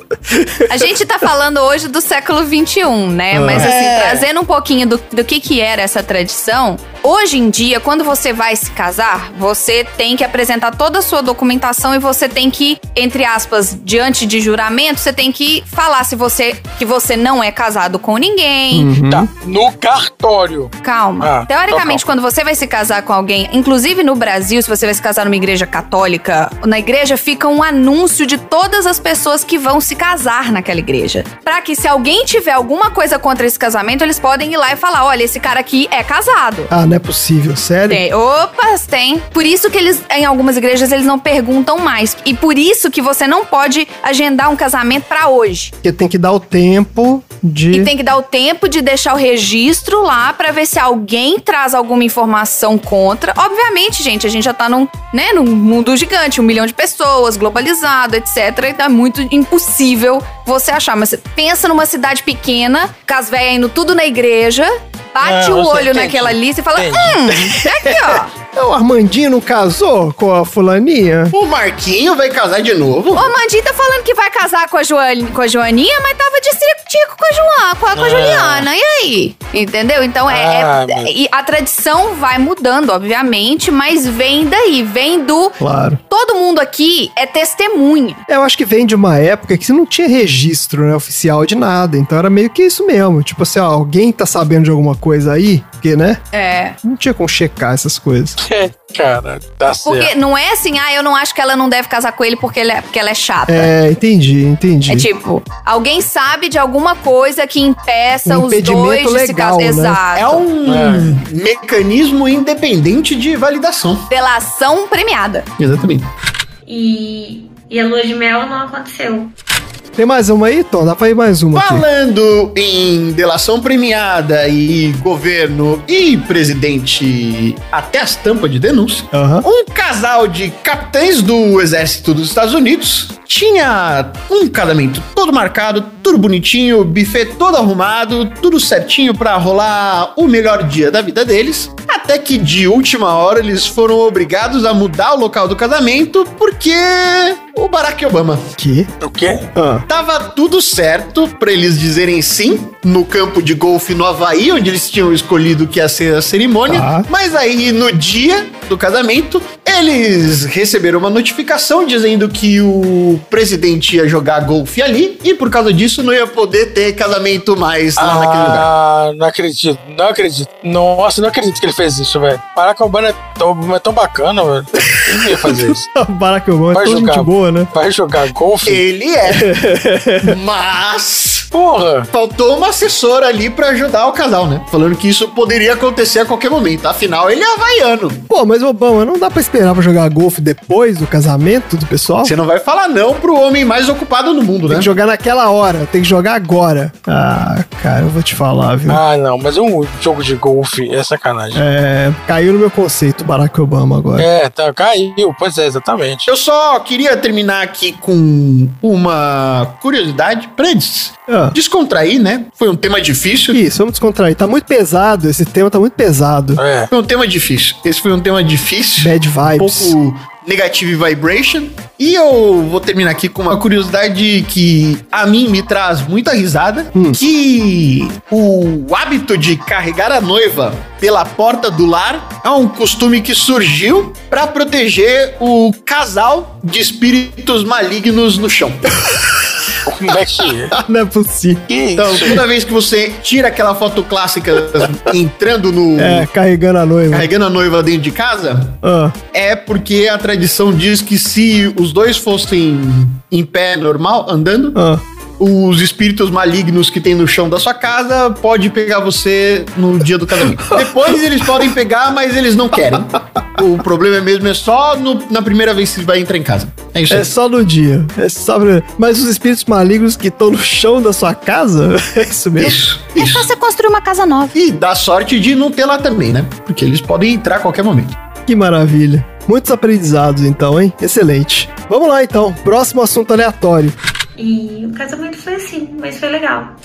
S4: A gente tá falando hoje do século XXI, né?
S3: Ah.
S4: Mas assim,
S3: É.
S4: trazendo um pouquinho do, do que que era essa tradição. Hoje em dia, quando você vai se casar, você tem que apresentar toda a sua documentação e você tem que, entre aspas, diante de juramento, você tem que falar se você que você não é casado com ninguém.
S2: Tá, no cartório.
S4: Calma.
S2: Ah,
S4: Teoricamente,
S2: então
S4: quando você vai se casar com alguém, inclusive no Brasil, se você vai se casar numa igreja católica, na igreja fica um anúncio de todas as pessoas que vão se casar naquela igreja. Pra que se alguém tiver alguma coisa contra esse casamento, eles podem ir lá e falar: olha, esse cara aqui é casado.
S3: Ah, não é possível, sério?
S4: Tem. Opas, tem. Por isso que eles, em algumas igrejas, eles não perguntam mais. E por isso que você não pode agendar um casamento pra hoje.
S3: Porque tem que dar o tempo de.
S4: E tem que dar o tempo de deixar o registro lá pra ver se alguém traz alguma informação contra. Obviamente, gente, a gente já tá num, né, num mundo gigante, um milhão de pessoas, globalizado, etc. Então é muito impossível você achar. Mas você pensa numa cidade pequena, com as véias indo tudo na igreja, bate
S3: Ah,
S4: o
S3: você
S4: olho
S3: entende.
S4: naquela lista e fala:
S3: Entendi.
S4: hum, é aqui, ó.
S3: O Armandinho não casou com a fulaninha?
S1: O Marquinho vai casar de novo?
S4: Ô, Mandinho tá falando que vai casar com a, Joan, com a Joaninha, mas tava de circo-tico com a Joan, com a, com a
S3: Ah.
S4: Juliana. E aí? Entendeu? Então é. é-
S3: Ah, mas-
S4: e a tradição vai mudando, obviamente, mas vem daí, vem do.
S3: Claro.
S4: Todo mundo aqui é testemunha.
S3: Eu acho que vem de uma época que você não tinha registro né, oficial de nada. Então era meio que isso mesmo. Tipo assim, ó, alguém tá sabendo de alguma coisa aí? Porque, né?
S4: É.
S3: Não tinha como checar essas coisas.
S2: É, cara, tá
S4: Porque
S2: certo.
S4: não é assim, ah, eu não acho que ela não deve casar com ele porque, ele é, porque ela é chata.
S3: É, entendi, entendi.
S4: É tipo, alguém sabe de alguma coisa que impeça
S3: Um
S4: os dois de
S3: impedimento
S4: se
S3: legal, né?
S4: casar. Exato.
S1: É um mecanismo independente de validação.
S4: Delação premiada.
S1: Exatamente.
S13: E, e a lua de mel não aconteceu.
S3: Tem mais uma aí, Tom? Dá pra ir mais
S1: assim?
S3: uma aqui.
S1: Falando em delação premiada e governo e presidente até as tampas de denúncia, um casal de capitães do exército dos Estados Unidos tinha um casamento todo marcado, tudo bonitinho, buffet todo arrumado, tudo certinho pra rolar o melhor dia da vida deles. Até que de última hora eles foram obrigados a mudar o local do casamento porque o Barack Obama.
S3: Que?
S2: O quê?
S1: Tava tudo certo pra eles dizerem sim no campo de golfe no Havaí, onde eles tinham escolhido que ia ser a cerimônia.
S3: Tá.
S1: Mas aí, no dia do casamento, eles receberam uma notificação dizendo que o presidente ia jogar golfe ali e por causa disso não ia poder ter casamento mais lá naquele lugar.
S2: Ah, não acredito, não acredito. Nossa, não acredito que ele fez isso, velho. Barack Obama é tão, é tão bacana, velho. Ele não ia fazer isso.
S3: Barack Obama é
S2: Vai
S3: toda
S2: jogar.
S3: gente boa, né?
S2: Vai jogar golfe?
S1: Ele é. Mas.
S2: Porra!
S1: Faltou uma assessora ali pra ajudar o casal, né? Falando que isso poderia acontecer a qualquer momento. Afinal, ele é havaiano.
S3: Pô, mas Obama, não dá pra esperar pra jogar golfe depois do casamento do pessoal?
S1: Você não vai falar não pro homem mais ocupado no mundo, né?
S3: Tem que jogar naquela hora, tem que jogar agora. Ah, cara, eu vou te falar, viu?
S2: Ah, não, mas um jogo de golfe é sacanagem.
S3: É, caiu no meu conceito, Barack Obama agora.
S2: É, tá, caiu, pois é, exatamente.
S1: Eu só queria terminar aqui com uma curiosidade pra antes descontrair, né? Foi um tema difícil.
S3: Isso, vamos descontrair. Tá muito pesado, esse tema tá muito pesado.
S2: É,
S1: Foi um tema difícil. Esse foi um tema difícil.
S3: Bad
S1: vibes. Um pouco negative vibration. E eu vou terminar aqui com uma curiosidade que a mim me traz muita risada. Que o hábito de carregar a noiva pela porta do lar é um costume que surgiu para proteger o casal de espíritos malignos no chão.
S2: Como é que é?
S3: Não é possível.
S1: Então, toda vez que você tira aquela foto clássica entrando no,
S3: É, carregando a noiva.
S1: carregando a noiva dentro de casa,
S3: Ah.
S1: é porque
S3: ah.
S1: a tradição diz que se os dois fossem em pé normal, andando, os espíritos malignos que tem no chão da sua casa pode pegar você no dia do casamento. Depois eles podem pegar, mas eles não querem. O problema mesmo é só no- na primeira vez que você vai entrar em casa. É isso aí.
S3: É só no dia. É só pra- Mas os espíritos malignos que estão no chão da sua casa? É isso mesmo?
S1: Isso.
S4: É só você construir uma casa nova.
S1: E dá sorte de não ter lá também, né? Porque eles podem entrar a qualquer momento.
S3: Que maravilha. Muitos aprendizados então, hein? Excelente. Vamos lá então. Próximo assunto aleatório.
S13: E o casamento foi assim, mas foi legal.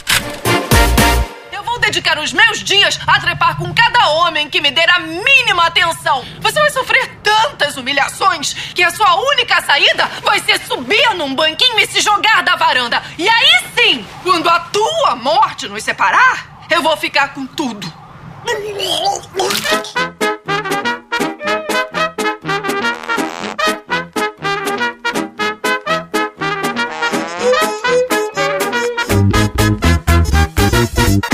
S9: Eu vou dedicar os meus dias a trepar com cada homem que me der a mínima atenção. Você vai sofrer tantas humilhações que a sua única saída vai ser subir num banquinho e se jogar da varanda. E aí sim, quando a tua morte nos separar, eu vou ficar com tudo.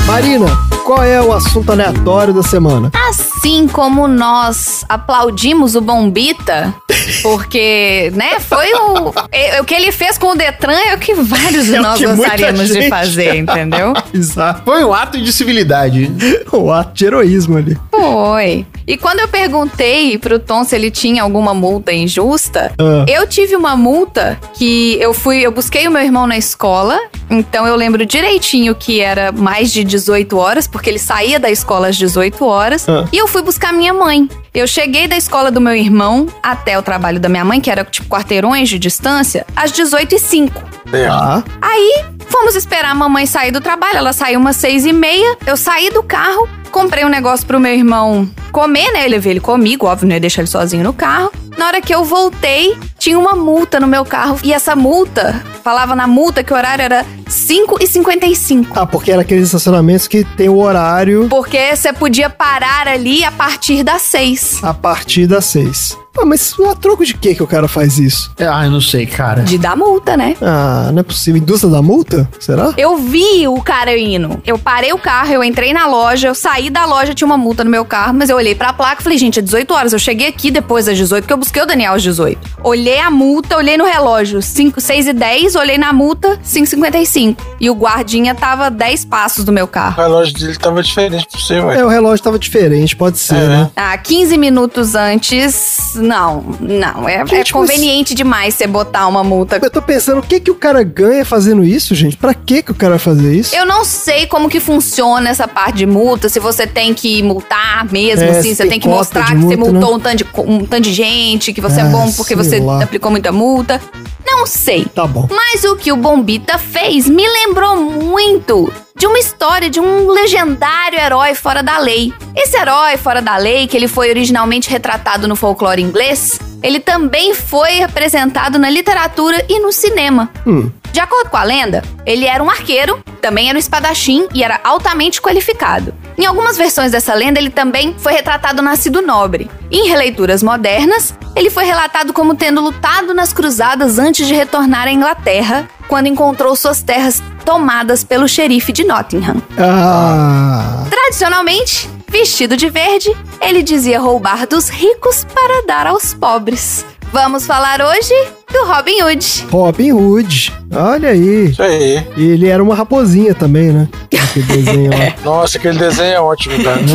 S3: Marina, qual é o assunto aleatório da semana?
S4: Assim como nós aplaudimos o Bombita, porque, né, foi o, é- o que ele fez com o Detran é o que vários de
S7: É o
S4: nós
S7: que muita
S4: gostaríamos de
S7: gente-
S4: fazer, entendeu?
S3: Exato.
S1: Foi um ato de civilidade.
S3: um ato de heroísmo ali.
S4: Foi. E quando eu perguntei pro Tom se ele tinha alguma multa injusta,
S3: Ah.
S4: eu tive uma multa que eu fui, eu busquei o meu irmão na escola, então eu lembro direitinho que era mais de 18 horas, porque ele saía da escola às 18 horas,
S7: Ah.
S4: e eu fui buscar minha mãe. Eu cheguei da escola do meu irmão até o trabalho da minha mãe, que era tipo quarteirões de distância, às 18h05.
S3: Tá.
S4: Aí fomos esperar a mamãe sair do trabalho. Ela saiu umas seis e meia. Eu saí do carro, comprei um negócio pro meu irmão comer, né? Eu levei ele comigo, óbvio, não ia deixar ele sozinho no carro. Na hora que eu voltei, tinha uma multa no meu carro. E essa multa, falava na multa que o horário era 5h55.
S3: Ah, porque era aqueles estacionamentos que tem o horário
S4: Porque você podia parar ali a partir das seis.
S3: a partir das seis. Ah, mas a troco de que que o cara faz isso?
S1: Ah, eu não sei, cara.
S4: De dar multa, né?
S3: Ah, não é possível. Indústria da multa? Será?
S4: Eu vi o cara indo. Eu parei o carro, eu entrei na loja, eu saí da loja, tinha uma multa no meu carro, mas eu olhei pra placa e falei, gente, é 18 horas. Eu cheguei aqui depois das 18, porque eu busquei o Daniel às 18. Olhei a multa, olhei no relógio, 5, 6 e 10, olhei na multa, 5,55. E o guardinha tava 10 passos do meu
S2: O
S4: carro.
S2: relógio dele tava diferente pra você,
S3: É,
S2: velho.
S3: o relógio tava diferente, pode ser, né?
S4: Ah, 15 minutos antes, não, não. É, é
S3: Gente, mas-
S4: conveniente demais você botar uma multa.
S3: Eu tô pensando, o que que o cara ganha fazendo isso, gente? Pra que que o cara vai fazer isso?
S4: Eu não sei como que funciona essa parte de multa, se você tem que multar mesmo,
S3: É,
S4: assim,
S3: se
S4: você
S3: tem
S4: tem que
S3: cota
S4: mostrar
S3: de
S4: que você
S3: multa,
S4: multou
S3: né?
S4: um, tanto de, co- um tanto de gente, que você é
S3: Ah,
S4: bom porque
S3: sei
S4: você
S3: lá.
S4: aplicou muita multa. Não sei.
S3: Tá bom.
S4: Mas o que o Bombita fez me lembrou muito de uma história de um legendário herói fora da lei. Esse herói fora da lei, que ele foi originalmente retratado no folclore inglês, ele também foi apresentado na literatura e no cinema.
S3: Hum.
S4: De acordo com a lenda, ele era um arqueiro, também era um espadachim e era altamente qualificado. Em algumas versões dessa lenda, ele também foi retratado nascido nobre. Em releituras modernas, ele foi relatado como tendo lutado nas cruzadas antes de retornar à Inglaterra, quando encontrou suas terras tomadas pelo xerife de Nottingham.
S3: Ah.
S4: Tradicionalmente, vestido de verde, ele dizia roubar dos ricos para dar aos pobres. Vamos falar hoje do Robin Hood.
S3: Robin Hood. Olha aí. Isso
S2: aí.
S3: E ele era uma raposinha também, né? Aquele desenho lá.
S2: Nossa, aquele desenho é ótimo, cara.
S3: Né?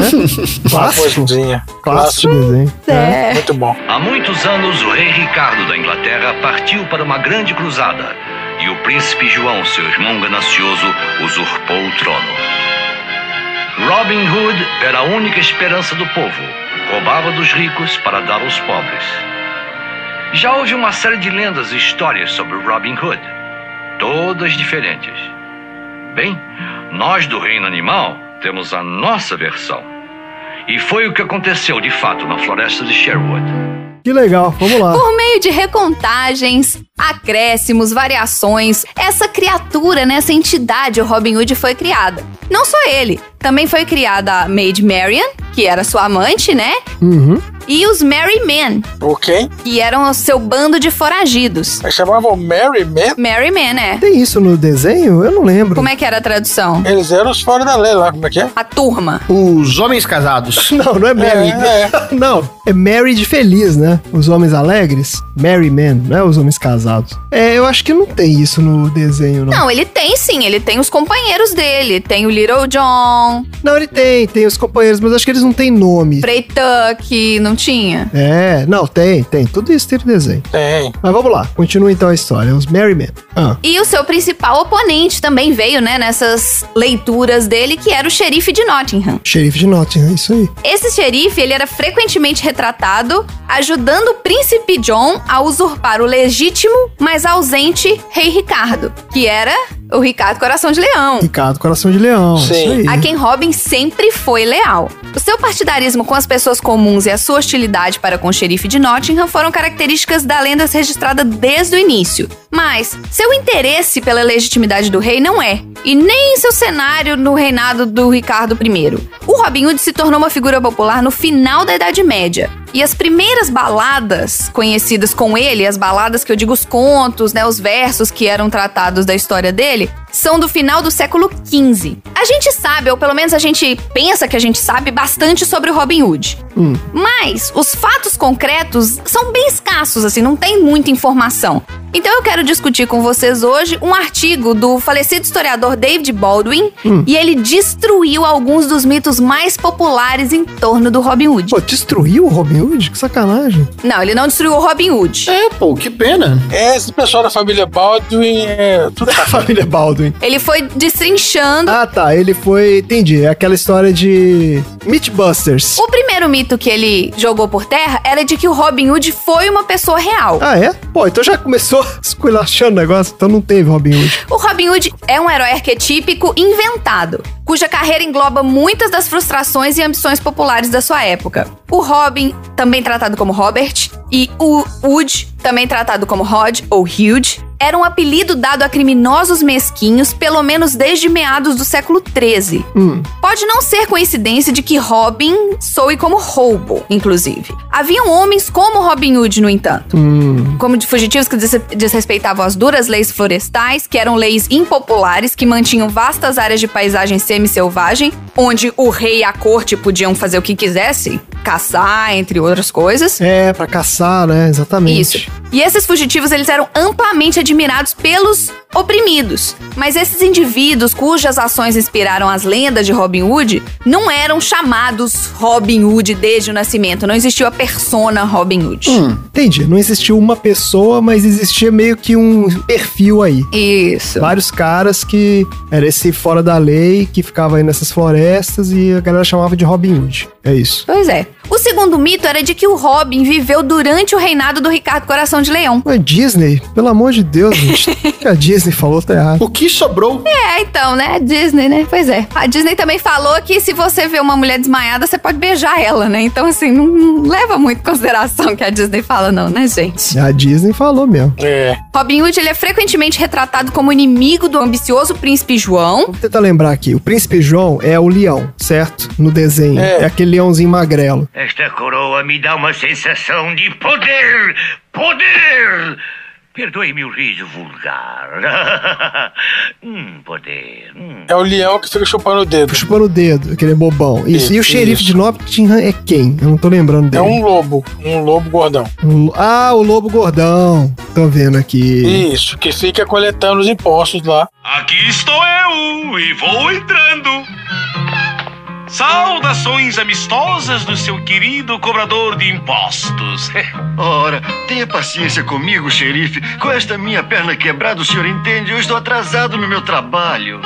S3: Clássico.
S2: Raposinha.
S3: Clássico desenho.
S4: É.
S2: Muito bom.
S5: Há muitos anos, o rei Ricardo da Inglaterra partiu para uma grande cruzada e o príncipe João, seu irmão ganancioso, usurpou o trono. Robin Hood era a única esperança do povo. Roubava dos ricos para dar aos pobres. Já houve uma série de lendas e histórias sobre Robin Hood, todas diferentes. Bem, nós do Reino Animal temos a nossa versão. E foi o que aconteceu de fato na floresta de Sherwood.
S3: Que legal, vamos lá.
S4: Por meio de recontagens, acréscimos, variações, essa criatura, né, essa entidade, o Robin Hood, foi criada. Não só ele, também foi criada a Maid Marian, que era sua amante, né?
S3: Uhum.
S4: E os Merry Men,
S2: O quem?
S4: que eram o seu bando de foragidos.
S2: Eles chamavam Merry Men?
S4: Merry Men, é.
S3: Tem isso no desenho? Eu não lembro.
S4: Como é que era a tradução?
S2: Eles eram os fora da lei lá, como é que é?
S4: A turma.
S1: Os homens casados.
S3: Não, não é Mary. não, é Mary de feliz, né? Os homens alegres. Merry men, não é os homens casados. É, eu acho que não tem isso no desenho, não.
S4: Não, ele tem sim, ele tem os companheiros dele. Tem o Little John,
S3: Não, ele tem, tem os companheiros, mas acho que eles não têm nome.
S4: Frei Tuck, não tinha?
S3: É, não, tem, tem. Tudo isso tem no desenho.
S2: Tem.
S3: Mas vamos lá, continua então a história. Os Merry men. Ah,
S4: E o seu principal oponente também veio, né, nessas leituras dele, que era o xerife de Nottingham.
S3: xerife de Nottingham, isso aí.
S4: Esse xerife, ele era frequentemente retratado ajudando o príncipe John a usurpar o legítimo, mas ausente rei Ricardo, que era o Ricardo Coração de Leão.
S3: Ricardo, coração de leão. Isso aí.
S4: A quem Robin sempre foi leal. O seu partidarismo com as pessoas comuns e a sua hostilidade para com o xerife de Nottingham foram características da lenda registrada desde o início. Mas seu interesse pela legitimidade do rei não é, e nem seu cenário no reinado do Ricardo I. O Robin Hood se tornou uma figura popular no final da Idade Média. E as primeiras baladas conhecidas com ele, as baladas que eu digo os contos, né, os versos que eram tratados da história dele, são do final do século XV. A gente sabe, ou pelo menos a gente pensa que a gente sabe bastante sobre o Robin Hood.
S3: Hum.
S4: Mas os fatos concretos são bem escassos, assim, não tem muita informação. Então eu quero discutir com vocês hoje um artigo do falecido historiador David Baldwin
S3: Hum.
S4: e ele destruiu alguns dos mitos mais populares em torno do Robin Hood.
S3: Pô, destruiu o Robin Hood? Que sacanagem.
S4: Não, ele não destruiu o Robin Hood.
S1: É, pô, que pena.
S2: É Esse pessoal da família Baldwin é tudo
S3: A família Baldwin.
S4: Ele foi destrinchando.
S3: Ah, tá. Ele foi. Entendi. É aquela história de. Mythbusters.
S4: O primeiro mito que ele jogou por terra era de que o Robin Hood foi uma pessoa real.
S3: Ah, é? Pô, então já começou esculachando o negócio, então não teve Robin Hood.
S4: O Robin Hood é um herói arquetípico inventado, cuja carreira engloba muitas das frustrações e ambições populares da sua época. O Robin, também tratado como Robert, e o Hood, também tratado como Rod ou Hugh, era um apelido dado a criminosos mesquinhos pelo menos desde meados do século XIII.
S3: Hum.
S4: Pode não ser coincidência de que Robin soe como roubo, inclusive. Haviam homens como Robin Hood, no entanto
S3: Hum.
S4: como de fugitivos que des- desrespeitavam as duras leis florestais, que eram leis impopulares, que mantinham vastas áreas de paisagem semi-selvagem, onde o rei e a corte podiam fazer o que quisessem, caçar, entre outras coisas.
S3: É, pra caçar, né? Exatamente.
S4: Isso. E esses fugitivos, eles eram amplamente admirados pelos oprimidos. Mas esses indivíduos, cujas ações inspiraram as lendas de Robin Hood, não eram chamados Robin Hood desde o nascimento. Não existiu a persona Robin Hood.
S3: Hum. Entendi. Não existiu uma pessoa, mas existia meio que um perfil aí.
S4: Isso.
S3: Vários caras que era esse fora da lei que ficava aí nessas florestas e a galera chamava de Robin Hood. É isso.
S4: Pois é. O segundo mito era de que o Robin viveu durante o reinado do Ricardo Coração de Leão.
S3: Ué, Disney, pelo amor de Deus, gente. O que a Disney falou tá errado.
S1: O que sobrou?
S4: É, então, né? Disney, né? Pois é. A Disney também falou que se você vê uma mulher desmaiada, você pode beijar ela, né? Então, assim, não, não leva muito em consideração o que a Disney fala, não, né, gente?
S3: A Disney falou mesmo.
S2: É.
S4: Robin Hood, ele é frequentemente retratado como inimigo do ambicioso príncipe João.
S3: Vamos tentar lembrar aqui. O príncipe João é o leão, certo? No desenho.
S2: É.
S3: é aquele leãozinho magrelo.
S5: Esta coroa me dá uma sensação de poder! Poder! Perdoe-me o riso vulgar. hum, poder. Hum.
S2: É o leão que fica chupando o dedo.
S3: Chupando o dedo, aquele bobão. Isso. E o
S2: Isso.
S3: xerife de Nottingham é quem? Eu não tô lembrando
S2: É
S3: dele.
S2: um lobo, um lobo gordão.
S3: Um lo- Ah, o lobo gordão. Tô vendo aqui.
S2: Isso, que fica coletando os impostos lá.
S5: Aqui estou eu e vou entrando. Saudações amistosas do seu querido cobrador de impostos.
S14: Ora, tenha paciência comigo, xerife. Com esta minha perna quebrada, o senhor entende? Eu estou atrasado no meu trabalho.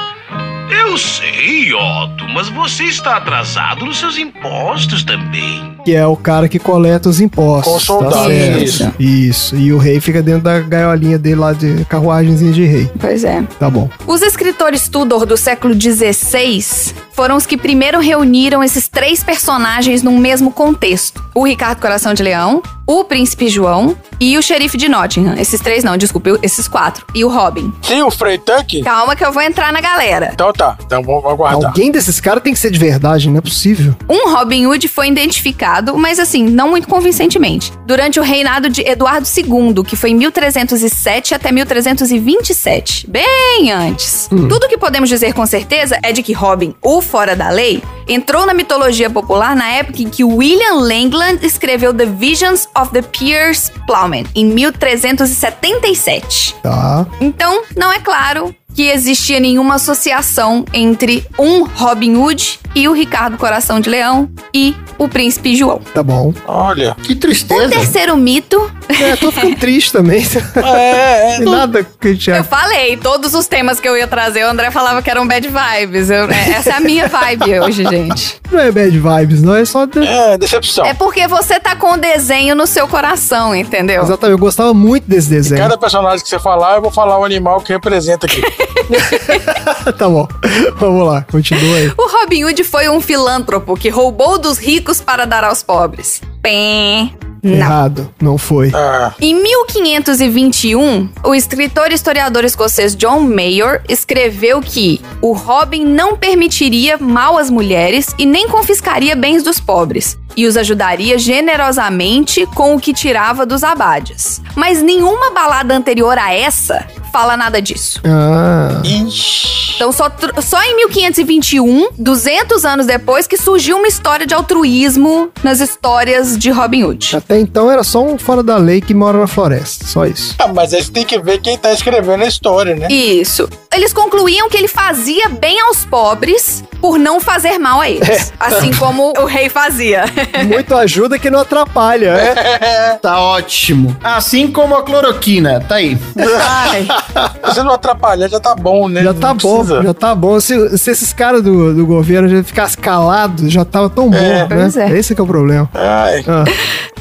S5: Eu sei, Otto, mas você está atrasado nos seus impostos também.
S3: Que é o cara que coleta os impostos. Tá
S2: Com soldado,
S3: certo.
S2: isso.
S3: Isso. E o rei fica dentro da gaiolinha dele lá de carruagenzinha de rei.
S4: Pois é.
S3: Tá bom.
S4: Os escritores Tudor do século XVI foram os que primeiro reuniram esses três personagens num mesmo contexto. O Ricardo Coração de Leão, o Príncipe João e o Xerife de Nottingham. Esses três não, desculpa, eu- esses quatro. E o Robin.
S2: Tem o Frei Tanque?
S4: Calma que eu vou entrar na galera.
S2: Então tá, então vamos aguardar.
S3: Alguém desses caras tem que ser de verdade, não é possível.
S4: Um Robin Hood foi identificado, mas assim, não muito convincentemente, durante o reinado de Eduardo II, que foi em 1307 até 1327, bem antes. Tudo o que podemos dizer com certeza é de que Robin, o Fora da Lei, entrou na mitologia popular na época em que William Langland escreveu The Visions of the Piers Plowman, em 1377.
S3: Tá.
S4: Então, não é claro que existia nenhuma associação entre um Robin Hood e o Ricardo Coração de Leão e o Príncipe João.
S3: Tá bom.
S2: Olha.
S1: Que tristeza.
S4: O terceiro mito.
S3: É, tô ficando triste também.
S2: É,
S3: Tem nada que te
S4: Eu falei, todos os temas que eu ia trazer, o André falava que eram bad vibes. Eu- é- essa é a minha vibe hoje, gente.
S3: Não é bad vibes, não. É só. de-
S2: É, decepção.
S4: É porque você tá com o desenho no seu coração, entendeu?
S3: Exatamente. Eu gostava muito desse desenho.
S2: Cada personagem que você falar, eu vou falar o animal que representa aqui.
S3: tá bom. Vamos lá, continua aí.
S4: O Robin Hood foi um filântropo que roubou dos ricos para dar aos pobres. Pé.
S3: Errado. Não foi.
S2: Ah.
S4: Em 1521, o escritor e historiador escocês John Mayor escreveu que o Robin não permitiria mal às mulheres e nem confiscaria bens dos pobres, e os ajudaria generosamente com o que tirava dos abades. Mas nenhuma balada anterior a essa fala nada disso.
S3: Ah.
S4: Então, só, tr- só em 1521, 200 um, anos depois, que surgiu uma história de altruísmo nas histórias de Robin Hood.
S3: Até então era só um fora da lei que mora na floresta. Só isso.
S2: Ah, mas aí você tem que ver quem tá escrevendo a história, né?
S4: Isso. Eles concluíam que ele fazia bem aos pobres por não fazer mal a eles. Assim como o rei fazia.
S3: Muito ajuda que não atrapalha, né?
S1: Tá ótimo. Assim como a cloroquina, tá aí.
S2: Você não atrapalha, já tá bom, né?
S3: Já tá bom, já tá bom. Se, se esses caras do, do governo já ficassem calados, já tava tão bom,
S2: É.
S3: né?
S4: Pois é.
S3: Esse que é o problema.
S2: Ai.
S3: Ah,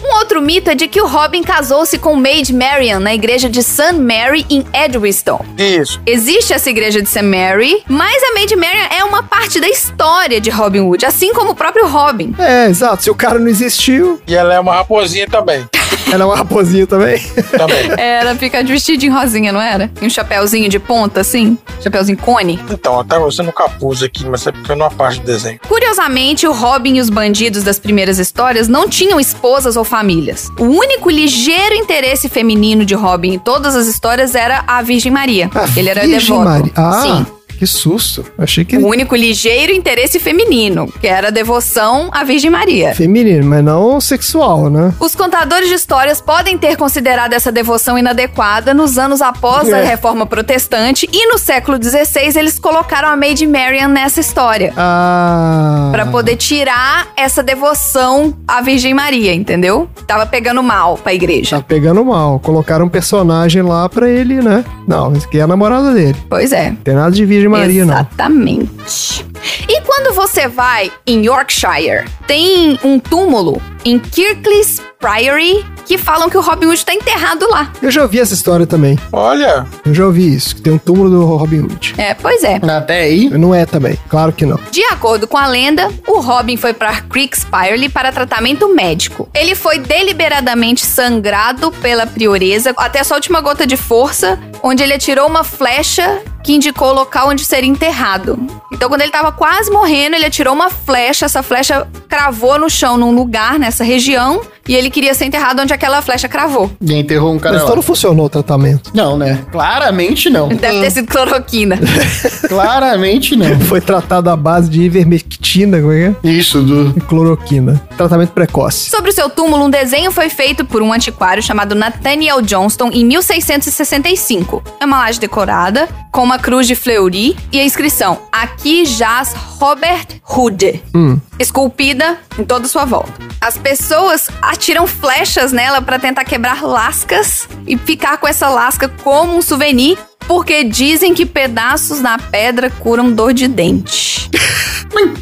S4: Um outro mito é de que o Robin casou-se com Maid Marian na igreja de St. Mary em Edwiston.
S2: Isso.
S4: Existe essa igreja de St. Mary, mas a Maid Marian é uma parte da história de Robin Hood, assim como o próprio Robin.
S3: é, exato. Se o cara não existiu,
S2: E ela é uma raposinha também.
S3: era uma raposinha também.
S2: também.
S4: Era ficar vestida em rosinha, não era? E um chapéuzinho de ponta, assim? Chapéuzinho cone?
S2: Então, tá usando o capuz aqui, mas é porque eu não parte do desenho.
S4: Curiosamente, o Robin e os bandidos das primeiras histórias não tinham esposas ou famílias. O único ligeiro interesse feminino de Robin em todas as histórias era a Virgem Maria. Ele era
S3: Virgem
S4: devoto.
S3: Maria. Ah,
S4: Sim.
S3: que susto. Achei que...
S4: O único ligeiro interesse feminino, que era a devoção à Virgem Maria.
S3: Feminino, mas não sexual, né?
S4: Os contadores de histórias podem ter considerado essa devoção inadequada nos anos após a
S3: É.
S4: Reforma Protestante e no século XVI eles colocaram a Maid Marian nessa história.
S3: Ah...
S4: Pra poder tirar essa devoção à Virgem Maria, entendeu? Tava pegando mal pra igreja.
S3: Tá pegando mal. Colocaram um personagem lá pra ele, né? Não, esse aqui é a namorada dele.
S4: Pois é.
S3: Tem nada de Virgem Maria, não.
S4: Exatamente. E quando você vai em Yorkshire, tem um túmulo em Kirklees Priory que falam que o Robin Hood tá enterrado lá.
S3: Eu já ouvi essa história também.
S2: Olha,
S3: Eu já ouvi isso, que tem um túmulo do Robin Hood.
S4: É, pois é.
S1: Até aí.
S3: Não é também, claro que não.
S4: De acordo com a lenda, o Robin foi para Creek Spirely para tratamento médico. Ele foi deliberadamente sangrado pela prioreza até sua última gota de força, onde ele atirou uma flecha que indicou o local onde seria enterrado. Então, quando ele estava quase morrendo, ele atirou uma flecha, essa flecha cravou no chão num lugar nessa região, e ele queria ser enterrado onde aquela flecha cravou.
S1: E enterrou um cara
S3: Mas
S1: lá.
S3: então não funcionou o tratamento.
S1: Não, né? Claramente não.
S4: Deve ter sido cloroquina.
S1: Claramente não.
S3: Foi tratado à base de ivermectina, como é que
S1: Isso, do.
S3: é? E cloroquina. Tratamento precoce.
S4: Sobre o seu túmulo, um desenho foi feito por um antiquário chamado Nathaniel Johnston em 1665. É uma laje decorada, com uma cruz de fleury e a inscrição Aqui jaz Robert Hood.
S3: Hum.
S4: Esculpida em toda sua volta. As pessoas atiram flechas nela para tentar quebrar lascas e ficar com essa lasca como um souvenir, porque dizem que pedaços na pedra curam dor de dente.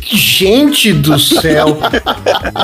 S1: Gente do céu.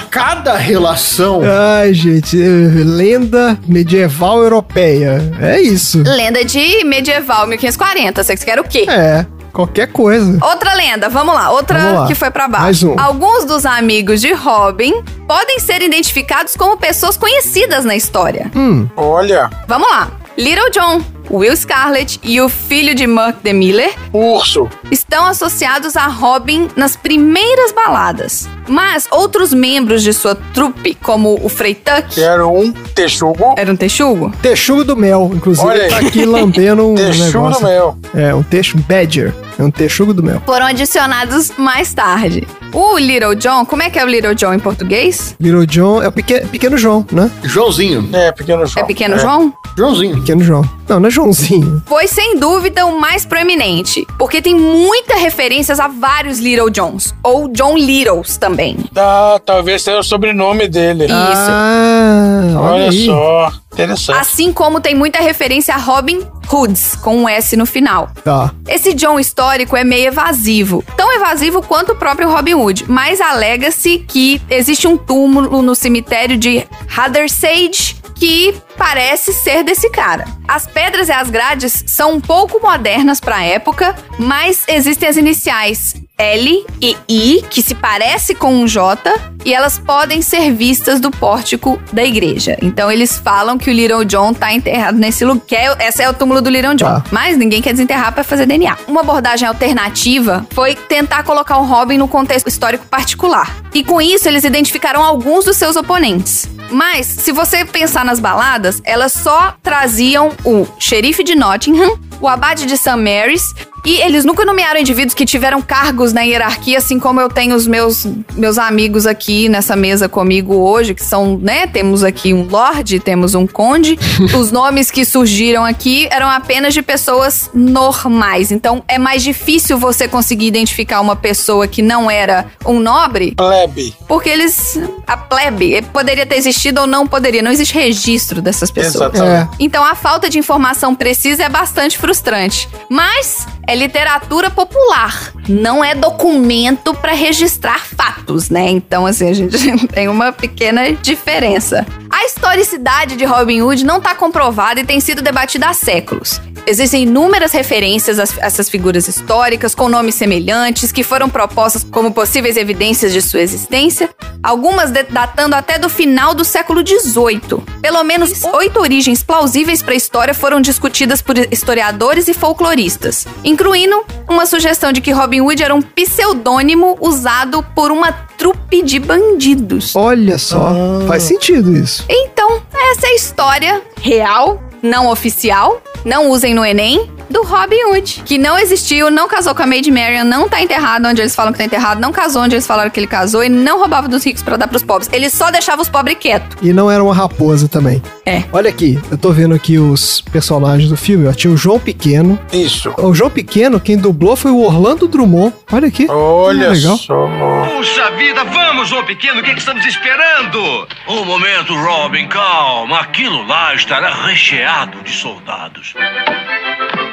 S1: Cada relação.
S3: Ai, gente, eh, lenda medieval europeia. É isso.
S4: Lenda de medieval 1540, vocês querem o quê?
S3: É. Qualquer coisa.
S4: Outra lenda, vamos lá, outra
S3: Vamos lá.
S4: que foi pra baixo.
S3: Mais um.
S4: Alguns dos amigos de Robin podem ser identificados como pessoas conhecidas na história.
S3: Hum.
S2: Olha,
S4: Vamos lá. Little John, Will Scarlet e o filho de Mark de Miller
S2: urso.
S4: estão associados a Robin nas primeiras baladas. Mas outros membros de sua trupe, como o Frei Tuck,
S2: que era um texugo.
S4: Era um texugo?
S3: Texugo do mel, inclusive,
S4: Olha
S3: ele tá
S4: aí.
S3: aqui lambendo um
S2: Texugo do
S3: negócio.
S2: mel.
S3: É, um texto badger. É um texugo do mel.
S4: foram adicionados mais tarde. O Little John, como é que é o Little John em português?
S3: Little John é o pequeno, pequeno João, né?
S1: Joãozinho.
S2: É, pequeno João.
S4: É Pequeno João?
S1: Joãozinho.
S3: Pequeno João. Não, não é Joãozinho.
S4: Foi sem dúvida o mais proeminente, porque tem muitas referências a vários Little Johns, ou John Littles também.
S2: Ah, talvez seja o sobrenome dele. Isso.
S3: Ah,
S2: olha,
S4: olha aí.
S2: só. Interessante.
S4: Assim como tem muita referência a Robin Hoods, com um S no final.
S3: Tá.
S4: Esse John histórico é meio evasivo, tão evasivo quanto o próprio Robin Hood, mas alega-se que existe um túmulo no cemitério de Hathersage que parece ser desse cara. As pedras e as grades são um pouco modernas para a época, mas existem as iniciais L e I, que se parece com um J, e elas podem ser vistas do pórtico da igreja. Então eles falam que o Little John tá enterrado nesse lugar. que é- Esse é o túmulo do Little John.
S3: Tá.
S4: Mas ninguém quer desenterrar pra fazer DNA. Uma abordagem alternativa foi tentar colocar o Robin no contexto histórico particular. E com isso, eles identificaram alguns dos seus oponentes. Mas, se você pensar nas baladas, elas só traziam o xerife de Nottingham, o abade de St. Mary's, e eles nunca nomearam indivíduos que tiveram cargos na hierarquia, assim como eu tenho os meus, meus amigos aqui nessa mesa comigo hoje, que são, né? Temos aqui um lorde, temos um conde. os nomes que surgiram aqui eram apenas de pessoas normais. Então é mais difícil você conseguir identificar uma pessoa que não era um nobre.
S2: Plebe.
S4: Porque eles. A plebe eh, poderia ter existido ou não poderia. Não existe registro dessas pessoas.
S3: É,
S2: Exatamente.
S4: Então a falta de informação precisa é bastante frustrante. Mas é literatura popular, não é documento para registrar fatos, né? Então, assim, a gente tem uma pequena diferença. A historicidade de Robin Hood não está comprovada e tem sido debatida há séculos. Existem inúmeras referências a essas figuras históricas com nomes semelhantes que foram propostas como possíveis evidências de sua existência, algumas de- datando até do final do século XVIII. Pelo menos oito origens plausíveis para a história foram discutidas por historiadores e folcloristas, incluindo uma sugestão de que Robin Hood era um pseudônimo usado por uma trupe de bandidos.
S3: Olha só.
S2: Ah.
S3: Faz sentido isso.
S4: Então, essa é a história real, não oficial, não usem no Enem, do Robin Hood, que não existiu, não casou com a Maid Marian, não tá enterrado onde eles falam que tá enterrado, não casou onde eles falaram que ele casou e não roubava dos ricos pra dar pros pobres. Ele só deixava os pobres quietos.
S3: E não era uma raposa também.
S4: É.
S3: Olha aqui, eu tô vendo aqui os personagens do filme. Ó. Tinha o João Pequeno.
S2: Isso.
S3: O João Pequeno, quem dublou foi o Orlando Drummond. Olha aqui.
S2: Olha
S3: Ah, legal.
S2: só.
S5: Puxa vida, vamos, João Pequeno, o que, é que estamos esperando? Um momento, Robin, calma. Aquilo lá estará recheado de soldados.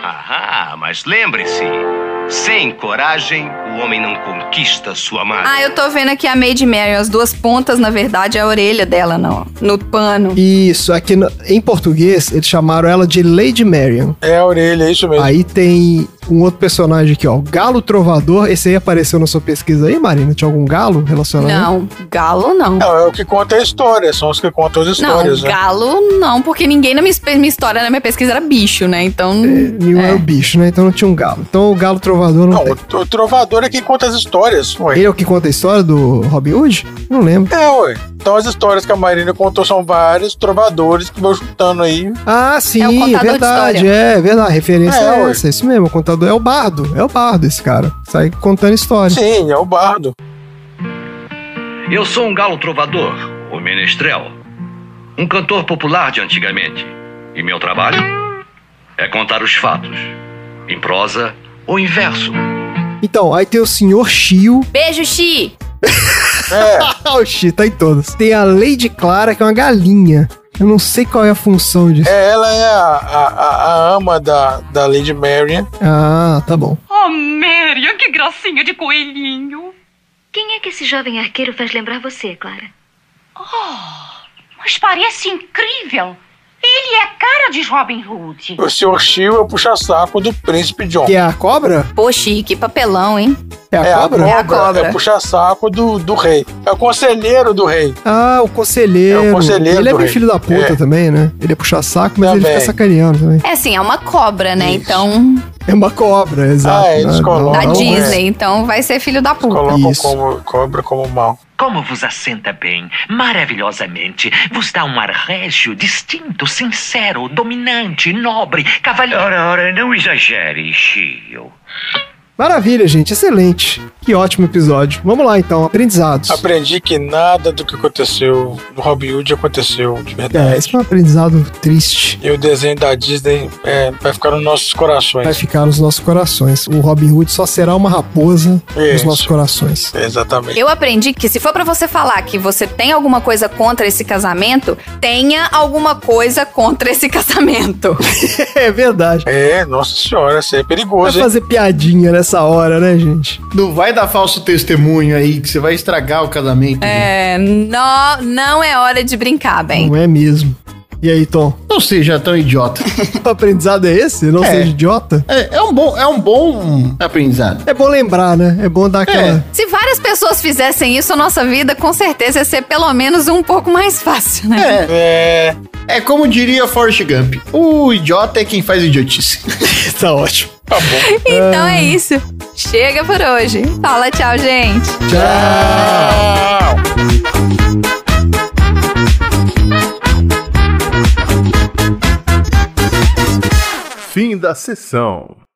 S5: Ahá, mas lembre-se: sem coragem, o homem não conquista sua amada.
S4: Ah, eu tô vendo aqui a Maid Marian, as duas pontas, na verdade, é a orelha dela, não, no pano.
S3: Isso, aqui no- em português eles chamaram ela de Lady Marion.
S2: É a orelha, é isso mesmo.
S3: Aí tem um outro personagem aqui, ó. o Galo Trovador. Esse aí apareceu na sua pesquisa aí, Marina? Tinha algum galo relacionado?
S4: Não, galo não.
S2: Não, é o que conta a história, são os que contam as
S4: Não,
S2: histórias, né?
S4: galo não, porque ninguém na minha, espe- minha história, na minha pesquisa era bicho, né? Então.
S3: Nenhum
S2: É.
S3: era o bicho, né? Então não tinha um galo. Então o Galo Trovador não, tem.
S2: O trovador é quem conta as histórias, ué.
S3: Ele é o que conta a história do Robin Hood? Não lembro.
S2: É, ué. Então as histórias que a Marina contou são vários trovadores que vão juntando aí.
S3: Ah, sim,
S2: É o contador de
S3: verdade,
S2: história.
S3: é verdade. A referência
S2: É,
S3: é,
S2: ué.
S3: essa, é isso mesmo. O contador é o bardo, é o bardo esse cara. Sai contando história.
S2: Sim, é o bardo.
S5: Eu sou um galo trovador, o menestrel, um cantor popular de antigamente. E meu trabalho é contar os fatos, em prosa ou em verso.
S3: Então, aí tem o Senhor Chio.
S4: Beijo, Xi!
S2: É,
S3: o Chio tá em todas. Tem a Lady Clara, que é uma galinha. Eu não sei qual é a função disso.
S2: É, ela é a, a, a- a ama da, da Lady Marian.
S3: Ah, tá bom.
S15: Oh, Marian, que gracinha de coelhinho.
S16: Quem é que esse jovem arqueiro faz lembrar você, Clara?
S15: Oh, mas parece incrível. Ele é a cara de Robin Hood.
S2: O senhor Chiu é o puxa-saco do príncipe John.
S3: Que é a cobra?
S4: Pô, chique, papelão, hein?
S3: É a cobra?
S2: É a cobra. É o puxa-saco do, do rei. É o conselheiro do rei.
S3: Ah, o conselheiro.
S2: É o conselheiro
S3: Ele é
S2: do
S3: bem
S2: rei.
S3: filho da puta
S2: É.
S3: também, né? Ele é puxa-saco, mas ele
S2: Também.
S3: fica sacaneando também.
S4: É assim, é uma cobra, né? Então.
S3: É uma cobra, exato.
S2: Ah, eles
S3: né?
S2: colocam.
S4: Da
S2: Não,
S4: Disney, então vai ser filho da puta.
S2: Colocam como cobra como mal.
S17: Como vos assenta bem, maravilhosamente, vos dá um ar régio, distinto, sincero, dominante, nobre, cavalheiro.
S5: Ora, ora, não exagere, Chio.
S3: Maravilha, gente. Excelente. Que ótimo episódio. Vamos lá, então. Aprendizados.
S2: Aprendi que nada do que aconteceu no Robin Hood aconteceu de verdade.
S3: É, esse foi um aprendizado triste.
S2: E o desenho da Disney é, vai ficar nos nossos corações.
S3: Vai ficar nos nossos corações. O Robin Hood só será uma raposa nos
S2: Isso.
S3: nossos corações.
S2: Exatamente.
S4: Eu aprendi que se for pra você falar que você tem alguma coisa contra esse casamento, tenha alguma coisa contra esse casamento.
S3: é verdade.
S2: É, nossa senhora, isso é
S3: Vai
S2: perigoso, hein?
S3: fazer piadinha nessa hora, né, gente?
S1: Não vai dar falso testemunho aí, que você vai estragar o casamento. né?
S4: É, não, não é hora de brincar, bem.
S3: Não é mesmo. E aí, Tom?
S1: Não seja tão idiota.
S3: o aprendizado é esse? Não
S1: É.
S3: seja idiota?
S1: É, é um bom, é um bom aprendizado.
S3: É bom lembrar, né? É bom dar aquela.
S4: Se várias pessoas fizessem isso, a nossa vida com certeza ia ser pelo menos um pouco mais fácil, né?
S2: É.
S1: É como diria Forrest Gump: o idiota é quem faz idiotice.
S3: tá ótimo.
S4: Então é isso. Chega por hoje. Fala tchau, gente.
S2: Tchau.
S18: Fim da sessão.